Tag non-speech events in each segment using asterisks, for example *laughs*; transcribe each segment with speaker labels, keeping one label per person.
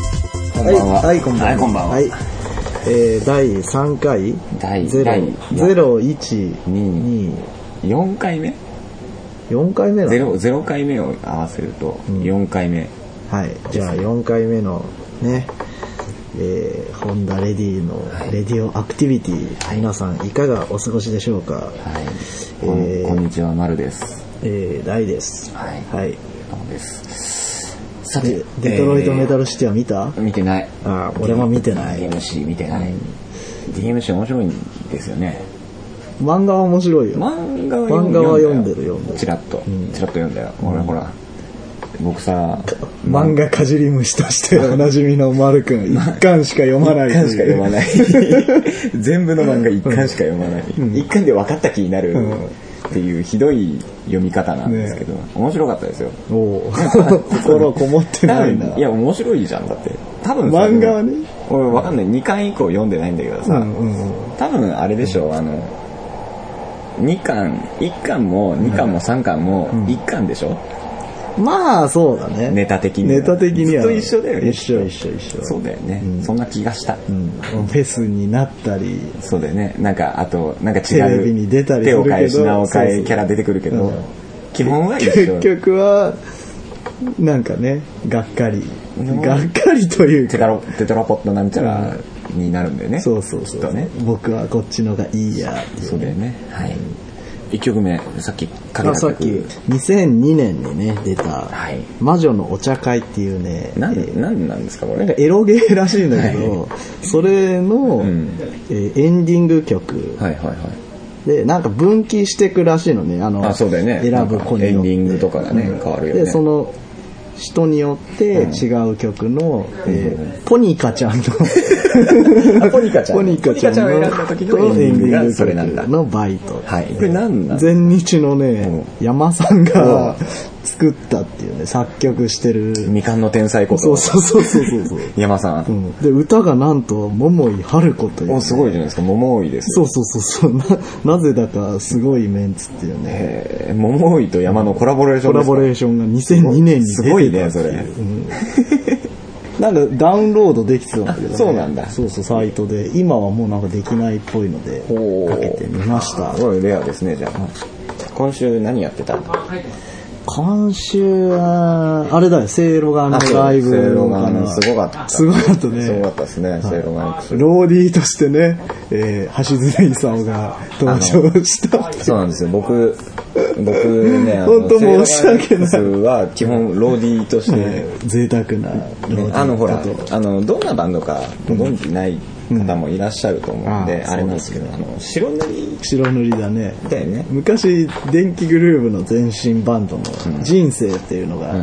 Speaker 1: んばんは。
Speaker 2: はい、こんばんは。
Speaker 1: はい、こんばんは。
Speaker 2: いえー、第3回
Speaker 1: 第
Speaker 2: ゼロ
Speaker 1: 第
Speaker 2: ゼロ一
Speaker 1: 二
Speaker 2: 二
Speaker 1: 4回目
Speaker 2: 四回目な
Speaker 1: ゼ
Speaker 2: の
Speaker 1: ロ、ゼロ回目を合わせると、4回目。
Speaker 2: はい、じゃあ4回目のね、えー、ホンダレディのレディオアクティビティ、皆さんいかがお過ごしでしょうか
Speaker 1: はい。
Speaker 2: え
Speaker 1: こんこ
Speaker 2: ー
Speaker 1: んにちは、まるです。
Speaker 2: えー、大です。
Speaker 1: はい
Speaker 2: はい。
Speaker 1: どうもです。さて
Speaker 2: で、、デトロイトメタ
Speaker 1: ル。
Speaker 2: ルシティは見た、
Speaker 1: 見てない。
Speaker 2: あー俺も見てない
Speaker 1: DMC 見てない。DMC 面白いんですよね。
Speaker 2: 漫画は面白いよ。
Speaker 1: 漫画は
Speaker 2: 漫画は読んでる
Speaker 1: だよ
Speaker 2: 読んでる
Speaker 1: チラッと。チラッと読んだよ。俺ほら、僕さ、
Speaker 2: 漫画かじり虫としておなじみの丸くん、一巻しか読まない。
Speaker 1: 一巻しか読ま
Speaker 2: い。
Speaker 1: ない
Speaker 2: *laughs*
Speaker 1: 全部の漫画一巻しか読まない、一巻で分かった気になる
Speaker 2: う
Speaker 1: っ
Speaker 2: ん
Speaker 1: ていうひどい読み方なんですけど、面白かったですよ
Speaker 2: おお心こもって *laughs* ないな。
Speaker 1: いや面白いじゃんだって多分さ
Speaker 2: 漫画はね
Speaker 1: 俺分かんない2巻以降読んでないんだけど
Speaker 2: う
Speaker 1: さ、
Speaker 2: んうんうん。
Speaker 1: 多分あれでしょうあの2巻1巻も2巻も3巻も1巻でしょ、
Speaker 2: まあ、そうだね。
Speaker 1: ネタ的には
Speaker 2: ネタ的には。
Speaker 1: ずっと一緒だよね
Speaker 2: 一緒一緒一緒。
Speaker 1: そうだよね、
Speaker 2: うん
Speaker 1: そんな気がした、
Speaker 2: うん。フェスになったり、
Speaker 1: そうだよね。なんか、あと、なんか違う。
Speaker 2: テレビに出たりするけど
Speaker 1: 手を変え、品を
Speaker 2: そう
Speaker 1: 変
Speaker 2: そ
Speaker 1: え、
Speaker 2: う
Speaker 1: キャラ出てくるけど
Speaker 2: うん、
Speaker 1: 基本は一緒
Speaker 2: 結。局は、なんかね、がっかり。
Speaker 1: ん
Speaker 2: がっかりという
Speaker 1: テ
Speaker 2: か、
Speaker 1: トロ、テトラポットなんちゃらになるんだよね。
Speaker 2: そうそうそう
Speaker 1: きっとね。
Speaker 2: 僕はこっちのがいいやっていう
Speaker 1: そうだよね。はい。一曲目、さっきかけた
Speaker 2: あさっき
Speaker 1: 曲。
Speaker 2: 2002年にね出た
Speaker 1: はい
Speaker 2: 「魔女のお茶会」っていうね、
Speaker 1: な
Speaker 2: え
Speaker 1: ん、
Speaker 2: ー
Speaker 1: なんなんですか、こ
Speaker 2: なんか
Speaker 1: れ。
Speaker 2: エロゲーらしいんだけど、それの、
Speaker 1: ん
Speaker 2: えーエンディング曲
Speaker 1: はいはいはい。
Speaker 2: でなんか分岐してくらしいのねあの
Speaker 1: あそうだよね
Speaker 2: 選ぶ子に
Speaker 1: なんかエ
Speaker 2: よって
Speaker 1: ンディングとかがね変わるよね
Speaker 2: でその人によって違う曲の、えーポニカちゃんの
Speaker 1: *laughs* あポニカちゃん
Speaker 2: ポニカちゃ
Speaker 1: ポニカ
Speaker 2: んの
Speaker 1: ちゃんを選んだ時の
Speaker 2: と
Speaker 1: エンディングが
Speaker 2: エンディング曲
Speaker 1: それなんだ
Speaker 2: のバイト
Speaker 1: はい。これなんなん
Speaker 2: 前日のね、山さん
Speaker 1: うん
Speaker 2: が作ったっていうね、作曲してる。
Speaker 1: 未完の天才こと。
Speaker 2: そうそうそうそうそうそう。
Speaker 1: 山さ。
Speaker 2: うんん、で、歌がなんと、桃井春子という、
Speaker 1: お、すごいじゃないですか。桃井です。
Speaker 2: そうそうそう *laughs* そう。な、なぜだかすごいメンツっていうね、
Speaker 1: えー桃井と山のコラボレーショ
Speaker 2: コ
Speaker 1: ンで
Speaker 2: ラ
Speaker 1: すか
Speaker 2: ボレーションが2002年に出てた
Speaker 1: すごいね、それ。
Speaker 2: なんかダウンロードできてたんだけど、ね、
Speaker 1: あそうなんだ
Speaker 2: そうそう、サイトで。今はもうなんかできないっぽいので、
Speaker 1: おー
Speaker 2: かけてみました
Speaker 1: す。ごいレアですね、じゃあ。今週何やってた
Speaker 2: 今週は、あれだよ、セイロガンのライブ
Speaker 1: セイロガ
Speaker 2: か
Speaker 1: ンの
Speaker 2: な。
Speaker 1: すごかった
Speaker 2: すごかったね。
Speaker 1: すごかったですね、セイロガン X。
Speaker 2: ローディーとしてね、えー、橋爪功が登場した。 *laughs*
Speaker 1: そうなんですよ、僕、僕ね、あの
Speaker 2: 本当申し訳ない
Speaker 1: セイロガン X は基本ローディーとして、
Speaker 2: 贅沢なローディー
Speaker 1: あのほら、あの、どんなバンドかご存知ない方もいらっしゃると思うんで、
Speaker 2: うん
Speaker 1: あれなんですけど、あの、白塗り
Speaker 2: 白塗りだね。
Speaker 1: だよね。
Speaker 2: 昔、電気グルーヴの前身バンドの人生っていうのが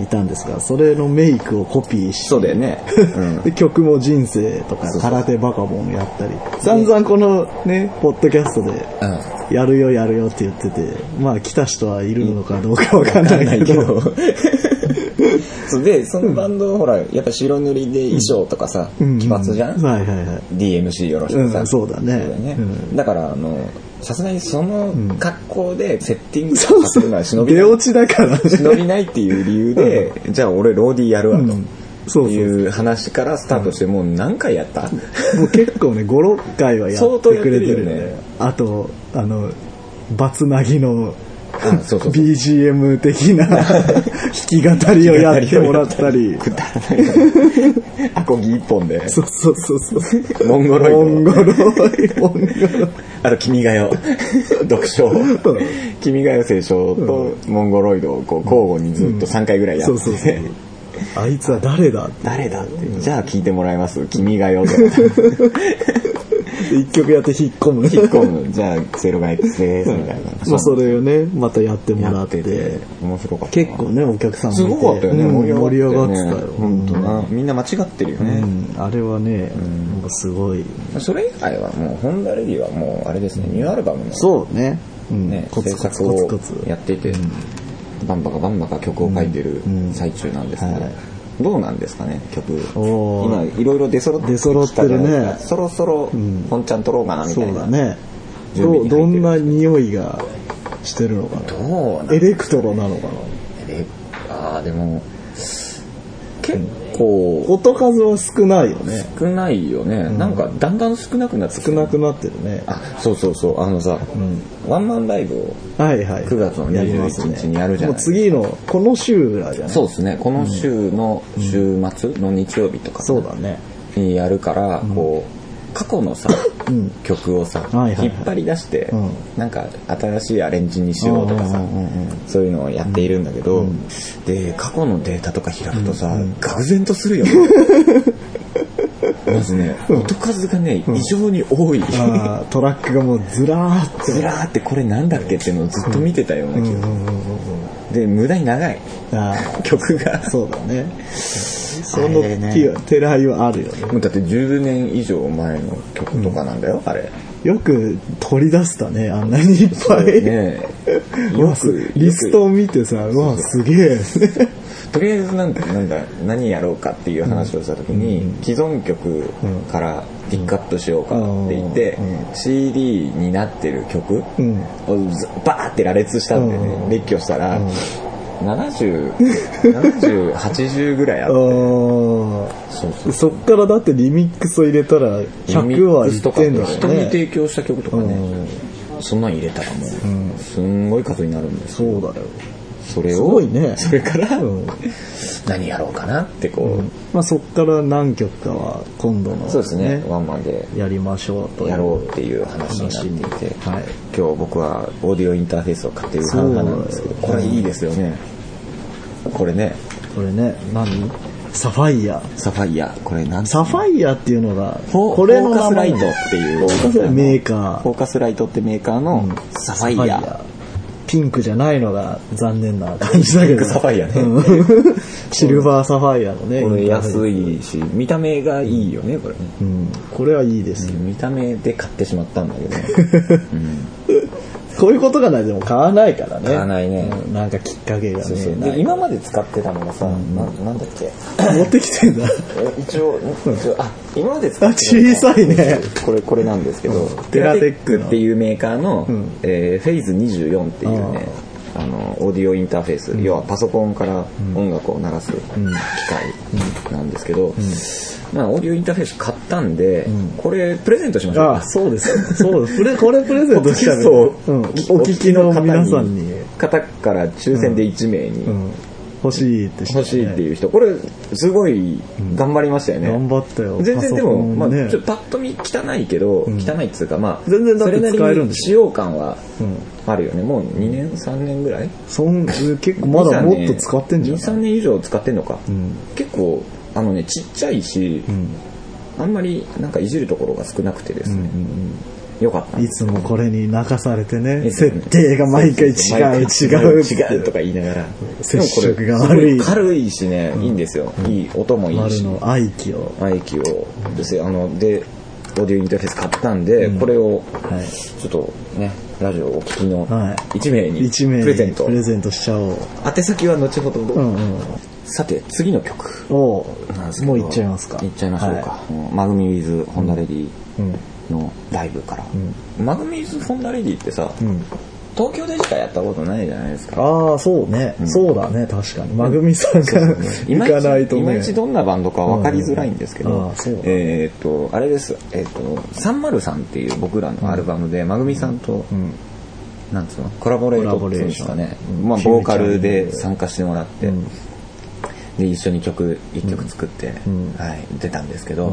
Speaker 2: いたんですが、それのメイクをコピーし
Speaker 1: そうだよね。うん
Speaker 2: で曲も人生とか空手バカボンやったり、散々このね、ポッドキャストで、やるよやるよって言ってて、まあ来た人はいるのかどうかわかん
Speaker 1: わかん
Speaker 2: な
Speaker 1: ないいけ
Speaker 2: けど、
Speaker 1: ど。そうで、そのバンド、ほら、やっぱ白塗りで衣装とかさ、
Speaker 2: う
Speaker 1: *laughs*
Speaker 2: ん
Speaker 1: 奇抜じゃん、
Speaker 2: はい
Speaker 1: *laughs*
Speaker 2: はいはい。
Speaker 1: DMC よろし
Speaker 2: う
Speaker 1: く
Speaker 2: ん
Speaker 1: さ、
Speaker 2: そうだねうん
Speaker 1: だからあのさすがにその格好でセッティングとかするのは忍び
Speaker 2: 出
Speaker 1: ない
Speaker 2: 落ちだからね。
Speaker 1: 忍びないっていう理由で、じゃあ俺ローディーやるわ
Speaker 2: うん
Speaker 1: と
Speaker 2: そうそう
Speaker 1: いう話からスタートしてもう何回やった、
Speaker 2: *laughs* もう結構ね、5、6回はや
Speaker 1: 相
Speaker 2: っ
Speaker 1: 当
Speaker 2: て
Speaker 1: やって
Speaker 2: くれて
Speaker 1: るよ
Speaker 2: る
Speaker 1: ね
Speaker 2: ね。あと、あの、バツナギの
Speaker 1: あそうそうそう
Speaker 2: BGM 的
Speaker 1: *laughs*
Speaker 2: な弾き語りをやってもらったり。
Speaker 1: くだらないアコギ一本で
Speaker 2: そうそうそうそう。
Speaker 1: モンゴロイド
Speaker 2: モンゴロイド。モンゴロイ
Speaker 1: あと「君が
Speaker 2: *laughs*
Speaker 1: 代」読書
Speaker 2: ん
Speaker 1: 「君が代」聖書とモンゴロイドをこう交互にずっと3回ぐらい
Speaker 2: ド。
Speaker 1: やって、
Speaker 2: そうそうそう。あいつは誰だって
Speaker 1: 誰だって、じゃあ聞いてもらいます「君が代」と
Speaker 2: *laughs*
Speaker 1: か
Speaker 2: 一曲やって引っ込む。
Speaker 1: 引っ込む。じゃあ、ゼロが X です、みたいな。
Speaker 2: まあそれをね、またやっても
Speaker 1: や
Speaker 2: らっ
Speaker 1: って
Speaker 2: て。
Speaker 1: て、面白かったな。
Speaker 2: 結構ね、お客さんもい
Speaker 1: す
Speaker 2: て
Speaker 1: ごかったよね、
Speaker 2: うん
Speaker 1: 盛
Speaker 2: 盛り
Speaker 1: り上
Speaker 2: 上
Speaker 1: がっ
Speaker 2: がっててた
Speaker 1: ね
Speaker 2: よ。
Speaker 1: 本当な。みんな間違ってるよ
Speaker 2: う
Speaker 1: ね。
Speaker 2: んあれはね、なんかすごい。
Speaker 1: それ以外はもう、ホンダレディはもう、あれですね、ニューアルバムの
Speaker 2: そうね。うん
Speaker 1: ね、
Speaker 2: コ
Speaker 1: 制
Speaker 2: ツコツ
Speaker 1: 作
Speaker 2: コツ
Speaker 1: を
Speaker 2: コツ。
Speaker 1: やっていて、バンバカバンバカ曲を書いてる最中なんですけど
Speaker 2: はい、
Speaker 1: どうなんですかね、曲。
Speaker 2: お
Speaker 1: 今
Speaker 2: ー、
Speaker 1: いろいろ出揃ってきたじゃないですか
Speaker 2: 出揃ってるね
Speaker 1: そろそろ、本ちゃん撮ろうかな、みた
Speaker 2: そ
Speaker 1: いう
Speaker 2: だ
Speaker 1: な。
Speaker 2: ね。
Speaker 1: 準備
Speaker 2: ど
Speaker 1: に入ってる
Speaker 2: どんな匂いがしてるのか
Speaker 1: どうなん
Speaker 2: なエレクトロなのかな
Speaker 1: えああでも結構
Speaker 2: 音数は少ないよね。
Speaker 1: 少ないよね、なんかだんだん少なくなってきて
Speaker 2: 少なくなってるね。
Speaker 1: あそうそうそうあのさ、ワンマンライブを
Speaker 2: はいはい。
Speaker 1: 9月の
Speaker 2: やります
Speaker 1: 21日にやるじゃない
Speaker 2: もう次の、この週ぐらいじゃない
Speaker 1: そうですねこの週の週末の日曜日とか
Speaker 2: そうだね。
Speaker 1: にやるから、こう過去のさ、曲をさ、
Speaker 2: はいはいはい
Speaker 1: 引っ張り出して、
Speaker 2: うん
Speaker 1: なんか新しいアレンジにしようとかさ、
Speaker 2: うんうんうん
Speaker 1: そういうのをやっているんだけど、で過去のデータとか開くとさ、愕然とするよね
Speaker 2: *laughs*
Speaker 1: まずね音数がね異常に多い、
Speaker 2: あートラックがもうずらーっと。
Speaker 1: ずらーってこれなんだっけっていうのをずっと見てたような気が、で無駄に長い
Speaker 2: あー
Speaker 1: 曲が
Speaker 2: そうだね。その
Speaker 1: あれね
Speaker 2: 手は、手らいはあるよね。
Speaker 1: もうだって10年以上前の曲とかなんだよ、あれ。
Speaker 2: よく取り出したね、あんなにいっぱい。
Speaker 1: ねえ。
Speaker 2: よくリストを見てさ、うわ、すげえ。
Speaker 1: とりあえずなんかなんか何やろうかっていう話をした時に、既存曲からピックアップしようかって言って、
Speaker 2: う
Speaker 1: CD になってる曲を
Speaker 2: うん
Speaker 1: ずバーって羅列したんでね、
Speaker 2: う
Speaker 1: 列挙したら、70、70、80ぐらい *laughs* あ
Speaker 2: あ
Speaker 1: る。
Speaker 2: ー
Speaker 1: そうそう。
Speaker 2: そっからだってリミックスを入れたら100はい
Speaker 1: リミックスと
Speaker 2: っ
Speaker 1: か
Speaker 2: てんだ
Speaker 1: 人
Speaker 2: よ
Speaker 1: に
Speaker 2: ね。
Speaker 1: 提供した曲とかね、そんなん入れたらもう、すんごい数になるんです。
Speaker 2: そうだよ。
Speaker 1: それ
Speaker 2: す
Speaker 1: を、
Speaker 2: ごいね。
Speaker 1: それから、
Speaker 2: うん
Speaker 1: 何やろうかなってこう、
Speaker 2: まあそっから何曲かは今度の
Speaker 1: そうですねワンマンで
Speaker 2: やりましょうという
Speaker 1: やろうっていう話になっていて、
Speaker 2: 話にはい
Speaker 1: 今日僕はオーディオインターフェースを買っている半々なんですけど
Speaker 2: そう
Speaker 1: これいいですよねこれね
Speaker 2: これね何サファイア
Speaker 1: サファイアこれなん
Speaker 2: サファイアっていうのが
Speaker 1: フォ
Speaker 2: これの
Speaker 1: フォーカ
Speaker 2: 名
Speaker 1: スライ
Speaker 2: 前
Speaker 1: トっていう
Speaker 2: フォーカスライトメーカー
Speaker 1: フォーカスライトってメーカーのサファイア、
Speaker 2: ピンクじゃないのが残念な感じだけ
Speaker 1: ピンク
Speaker 2: ど
Speaker 1: サファイアね
Speaker 2: うん *laughs* シルバーサファイアのね
Speaker 1: これ安
Speaker 2: い、
Speaker 1: いし見た目がいいよねこれね、
Speaker 2: うん、これはいいですよ
Speaker 1: 見た目で買ってしまったんだけど、う
Speaker 2: *laughs*
Speaker 1: ん
Speaker 2: こういうことがないでも買わないからね
Speaker 1: 買わないね
Speaker 2: うんなんかきっかけがね
Speaker 1: そうそう
Speaker 2: な
Speaker 1: で
Speaker 2: い
Speaker 1: 今まで使ってたのがさ、ななんだっけ
Speaker 2: 持ってきてんだ
Speaker 1: え一応一応あ今まで使
Speaker 2: あ
Speaker 1: って
Speaker 2: 小さいね
Speaker 1: これこれなんですけど、
Speaker 2: テラテックの
Speaker 1: っていうメーカーの、
Speaker 2: ん
Speaker 1: えーフェイズ24っていうねあのオーディオインターフェース、要はパソコンから音楽を流す機械なんですけど、まあ、オーディオインターフェース買ったんで、これプレゼントしましょう
Speaker 2: あそうです。そうです。これ、これプレゼントしたらね、うん、お聞きの皆さんに、
Speaker 1: 方から抽選で1名に、
Speaker 2: うん、欲しいって
Speaker 1: 欲しいって
Speaker 2: う。
Speaker 1: いう人これすごい頑張りましたよね、
Speaker 2: 頑張ったよ。
Speaker 1: 全然でも、ま
Speaker 2: パソコンね
Speaker 1: あ、ちょっとパッと見汚いけど、
Speaker 2: ん
Speaker 1: 汚いっつうか、まあ、
Speaker 2: 全然だって
Speaker 1: それなり
Speaker 2: 使えるん
Speaker 1: に
Speaker 2: で
Speaker 1: 使用感はあるよね。もう2年、3年ぐらい
Speaker 2: そん結構まだもっと使ってんじゃ
Speaker 1: ?2、3
Speaker 2: ん。
Speaker 1: 年以上使ってんのか。
Speaker 2: ん
Speaker 1: 結構、あのね、ちっちゃいし、
Speaker 2: うん
Speaker 1: あんまりなんかいじるところが少なくてですね。よかった。
Speaker 2: いつもこれに泣かされてね、
Speaker 1: ですよ
Speaker 2: 設
Speaker 1: ね
Speaker 2: 定が毎回違う、
Speaker 1: そうそう
Speaker 2: 違う、
Speaker 1: 違うとか言いながら。
Speaker 2: 接
Speaker 1: でも
Speaker 2: 触
Speaker 1: これ
Speaker 2: が悪い
Speaker 1: すご軽いしね、いいんですよ。いい、音もいい
Speaker 2: 丸
Speaker 1: し。
Speaker 2: の愛機を。
Speaker 1: マイキをですあのでオーディオインターフェース買ったんで、これを、
Speaker 2: い
Speaker 1: ちょっとねラジオをお聞きの
Speaker 2: はい
Speaker 1: 1名に
Speaker 2: 一名に
Speaker 1: プレゼント、
Speaker 2: プレゼントしちゃおう。
Speaker 1: 宛先は後ほど、
Speaker 2: うんうん。
Speaker 1: さて次の曲
Speaker 2: おう
Speaker 1: なんですけど
Speaker 2: もう行っちゃいますか。
Speaker 1: いっちゃいましょうか、
Speaker 2: は
Speaker 1: もうマグミウィズ・ホンダレディ
Speaker 2: い。うん。
Speaker 1: のライブから、マグミウィズ・ホンダレディってさ、
Speaker 2: うん。
Speaker 1: 東京でしかやったことないじゃないですか
Speaker 2: ああ、そうね、そうだね、確かに。マグミさんが行
Speaker 1: 今
Speaker 2: かないとね。
Speaker 1: いまいちどんなバンドか分かりづらいんですけ
Speaker 2: うんあ
Speaker 1: ど
Speaker 2: あそう、
Speaker 1: えーっと、あれです、えーっと、303っていう僕らのアルバムで、まぐみさんと、なんつうの、コラボレートっていうんですかね
Speaker 2: コラボレーショ、ン
Speaker 1: まあ、
Speaker 2: フュ
Speaker 1: ボー
Speaker 2: ー
Speaker 1: カ
Speaker 2: チャーリング
Speaker 1: ルで参加してもらって
Speaker 2: ん、
Speaker 1: で、一緒に曲、一曲作って、はい、出たんですけど、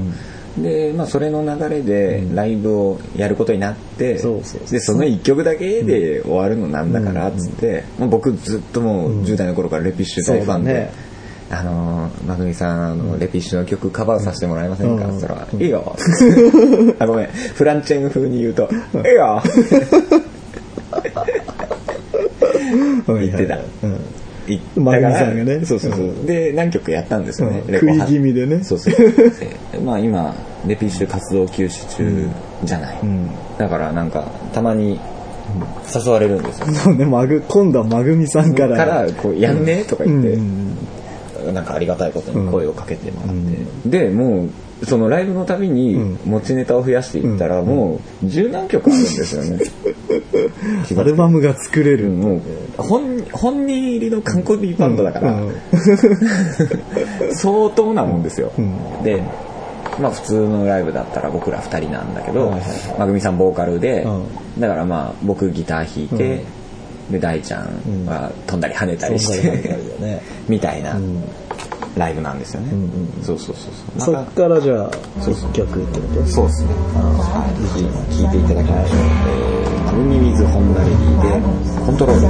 Speaker 1: で、まあ、それの流れで、ライブをやることになって、
Speaker 2: そうそうそう
Speaker 1: で、その一曲だけで終わるのなんだから、つって、もう僕ずっともう10代の頃からレピッシュ大ファン
Speaker 2: そうだ
Speaker 1: で
Speaker 2: ね、
Speaker 1: あのー、まぐみさん、あの、レピッシュの曲カバーさせてもらえませんか
Speaker 2: うん
Speaker 1: って言ったら、いいよ。 *laughs* あ、ごめん。フランチェン風に言うと、いいよ。
Speaker 2: はい
Speaker 1: 言ってた
Speaker 2: うん
Speaker 1: い
Speaker 2: まぐ
Speaker 1: だ
Speaker 2: み
Speaker 1: から
Speaker 2: さんがね
Speaker 1: そうそうそうう。で、何曲やったんですよね
Speaker 2: う。ん
Speaker 1: レコ
Speaker 2: 食い気味でね
Speaker 1: そう
Speaker 2: *laughs*
Speaker 1: そう。でまあ今、レピッシュ活動休止中じゃない
Speaker 2: ん。
Speaker 1: だからなんか、たまに誘われるんですよ。
Speaker 2: そうね、マグ、今度はマグミさんから。
Speaker 1: から、こう、やんねとか言っ
Speaker 2: う
Speaker 1: て、
Speaker 2: ん
Speaker 1: なんかありがたいことに声をかけてもらって、でもうそのライブのたびに持ちネタを増やしていったら、もう十何曲あるんですよね。
Speaker 2: アルバムが作れる。
Speaker 1: もう本本人入りの完コピバンドだから、 *laughs* 相当なもんですよ。で、まあ普通のライブだったら僕ら2人なんだけど、まぐみさんボーカルで、だからまあ僕ギター弾いて、で大ちゃんは飛んだり跳ねたりして、 *laughs* みたいな。ライブなんですよね、そうそうそう
Speaker 2: そうそっからじゃあ1曲ってこと
Speaker 1: そうですねはい聴いていただきましょう「アルミウィズ・ホンダレディ」で「コントロール」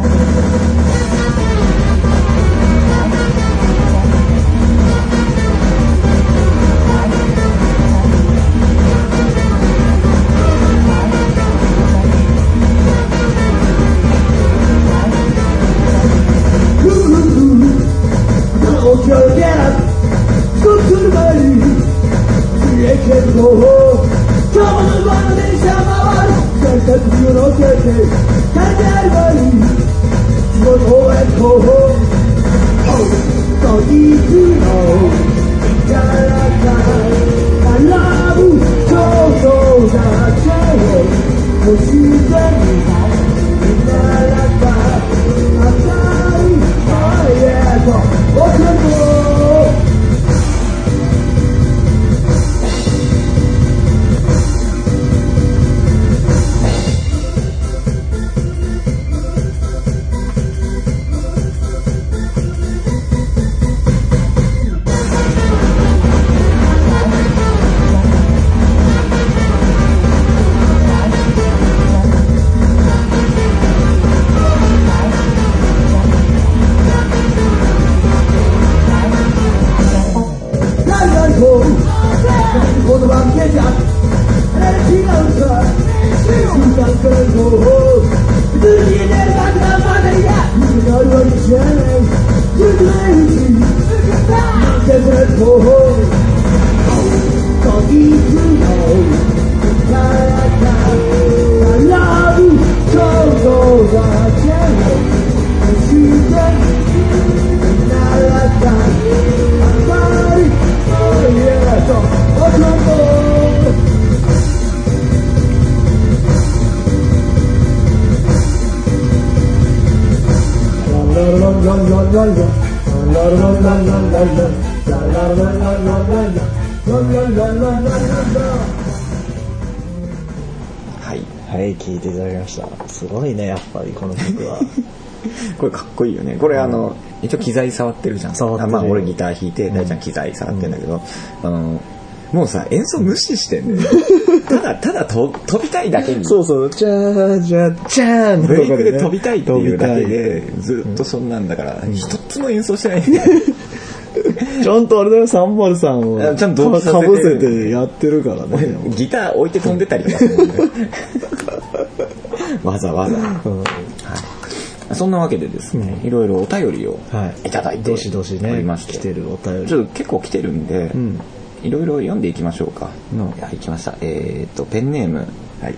Speaker 2: すごいね、やっぱりこの曲は。
Speaker 1: これかっこいいよね。これあの、うん、一応機材触ってるじゃん。
Speaker 2: 触って
Speaker 1: まあ俺ギター弾いて、大ちゃん機材触ってんだけど、うん、あの、もうさ、演奏無視してんね、うん、ただ、ただと飛びたいだけに。
Speaker 2: *laughs* そうそう、じゃーじゃー、じゃー
Speaker 1: ブレイクで飛びたいっていうだけで、ずっとそんなんだから、一つも演奏してないんだよ。
Speaker 2: ちゃんとあれだよ、サンバルさんを。
Speaker 1: ちゃんと
Speaker 2: かぶせてやってるからね。
Speaker 1: ギター置いて飛んでたりとかする、ね。 *laughs* わざわざ、はい。そんなわけでですね、いろいろお便りをいただいておりまして、
Speaker 2: 来てるお便り。
Speaker 1: ちょっと結構来てるんで、いろいろ読んでいきましょうか。はい、来ました。えっと、ペンネーム、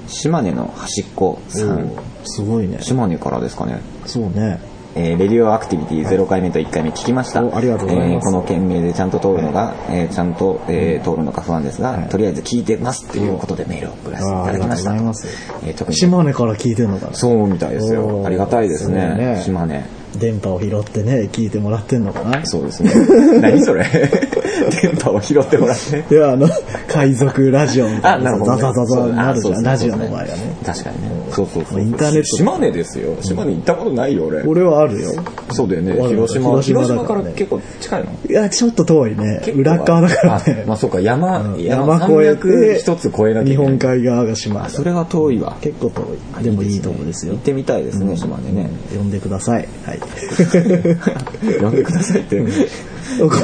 Speaker 1: 島根の端っこさん。
Speaker 2: すごいね。
Speaker 1: 島根からですかね。
Speaker 2: そうね。
Speaker 1: えー、レディオアクティビティ0回目と1回目聞きました。
Speaker 2: ありがとうございます。。
Speaker 1: この件名でちゃんと通るのが、えちゃんと、え通るのか不安ですが、とりあえず聞いてますということでメールを送らせていただきました。ありがとうございます
Speaker 2: え特に島根から聞いてるのかな
Speaker 1: そうみたいですよ。ありがたいですね。島根。
Speaker 2: 電波を拾ってね、聞いてもらってんのかな
Speaker 1: そうですね。 *laughs* 何それ電波を拾ってもらって。
Speaker 2: いや、あの、 *laughs* 海賊ラジオみ
Speaker 1: たいな。あ、なるほど、
Speaker 2: ザザザザなるじゃん。ラジオの場合はね。
Speaker 1: 確かにね。そうそうそう。
Speaker 2: インターネット。
Speaker 1: 島根ですよ。島根行ったことないよ、俺。
Speaker 2: 俺はあるよ。
Speaker 1: そうだよね。広島。広島から結構近いの
Speaker 2: いや、ちょっと遠いね。裏側だからね。
Speaker 1: まあそうか、山、山越えて、一つ越えなきゃ
Speaker 2: 日本海側が島。
Speaker 1: それは遠いわ。
Speaker 2: 結構遠い。でもいいとこですよ。
Speaker 1: 行ってみたいですね、島根ね。
Speaker 2: 呼んでください。
Speaker 1: *laughs*
Speaker 2: はい。
Speaker 1: 呼んでくださいって。
Speaker 2: こ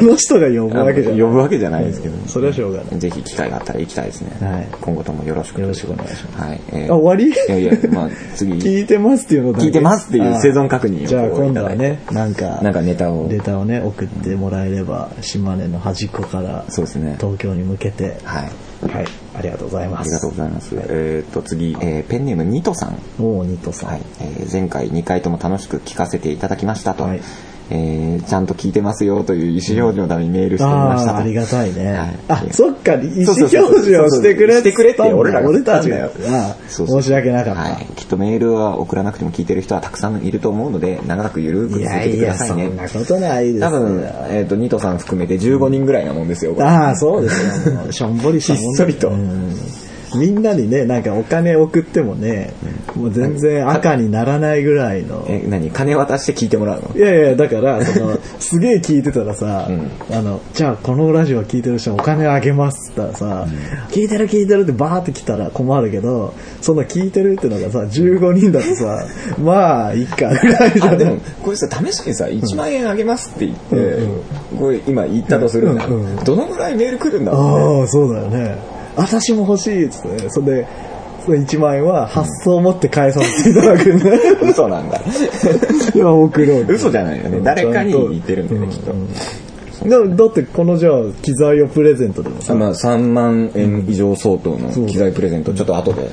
Speaker 2: の人が呼ぶわけじゃない。
Speaker 1: 呼ぶわけじゃないですけど。
Speaker 2: それはしょうがない。
Speaker 1: ぜひ機会があったら行きたいですね。はい。今後ともよろしく。
Speaker 2: よろしくお願いします。
Speaker 1: はい。
Speaker 2: えー、あ、終わ
Speaker 1: りいやいや、まあ次。
Speaker 2: 聞いてますっていうの
Speaker 1: 聞いてますっていう生存確認を。
Speaker 2: じゃあ今度はね、なんか、
Speaker 1: なんかネタを。
Speaker 2: ネタをね、送ってもらえれば、島根の端っこから、
Speaker 1: そうですね。
Speaker 2: 東京に向けて。
Speaker 1: はい。
Speaker 2: はい。ありがとうございま
Speaker 1: あ
Speaker 2: す。
Speaker 1: りがとうございます。えっと、次、えー、ペンネームニトさん。
Speaker 2: おおニトさん。
Speaker 1: はい。えー、前回2回とも楽しく聞かせていただきましたと。はい。えー、ちゃんと聞いてますよという意思表示のためにメールしてみました
Speaker 2: ああ、ありがたいね。
Speaker 1: はい
Speaker 2: あ、そっか、意思
Speaker 1: そうそう
Speaker 2: 表
Speaker 1: そう
Speaker 2: 示をしてくれ
Speaker 1: してくれって俺らが
Speaker 2: 俺たちがやってな
Speaker 1: そうそう
Speaker 2: 申し訳なかった。
Speaker 1: はい、きっとメールは送らなくても聞いてる人はたくさんいると思うので長らくゆるく続
Speaker 2: いや
Speaker 1: けて
Speaker 2: い
Speaker 1: くだ
Speaker 2: や、
Speaker 1: さい
Speaker 2: そ
Speaker 1: ね
Speaker 2: んなことないです
Speaker 1: 多分、
Speaker 2: よ。
Speaker 1: えっ、と、ニトさん含めて15人ぐらいなもんですよ、これ
Speaker 2: ああ、そうですよ。も *laughs* うしょんぼりしたもんだ
Speaker 1: ひっそりと
Speaker 2: うんみんなにね、なんかお金送ってもね、もう全然赤にならないぐらいの。
Speaker 1: え、何金渡して聞いてもらうの
Speaker 2: いやいや、だから、その、すげえ聞いてたらさ、あの、じゃあこのラジオ聞いてる人お金あげますって言ったらさ、聞いてる聞いてるってバーって来たら困るけど、その聞いてるってのがさ、15人だとさ、まあ、いっか、ぐらいじ
Speaker 1: *laughs*
Speaker 2: ゃ
Speaker 1: あ、で
Speaker 2: ん
Speaker 1: も、これさ、試しにさ、1万円あげますって言って、これ今言ったとするんだ、
Speaker 2: うん
Speaker 1: どのぐらいメール来るんだろうね。
Speaker 2: ああ、そうだよね。私も欲しいっつってね、それで、その1万円は発想を持って返させていただくね。 *laughs*
Speaker 1: 嘘なんだ。
Speaker 2: 今送ろうって
Speaker 1: 嘘じゃないよね。誰かに言ってるんだよね、きっと。
Speaker 2: でも、だってこのじゃあ、機材をプレゼントでもさ、
Speaker 1: まあ、3万円以上相当の機材プレゼント、ちょっと後で。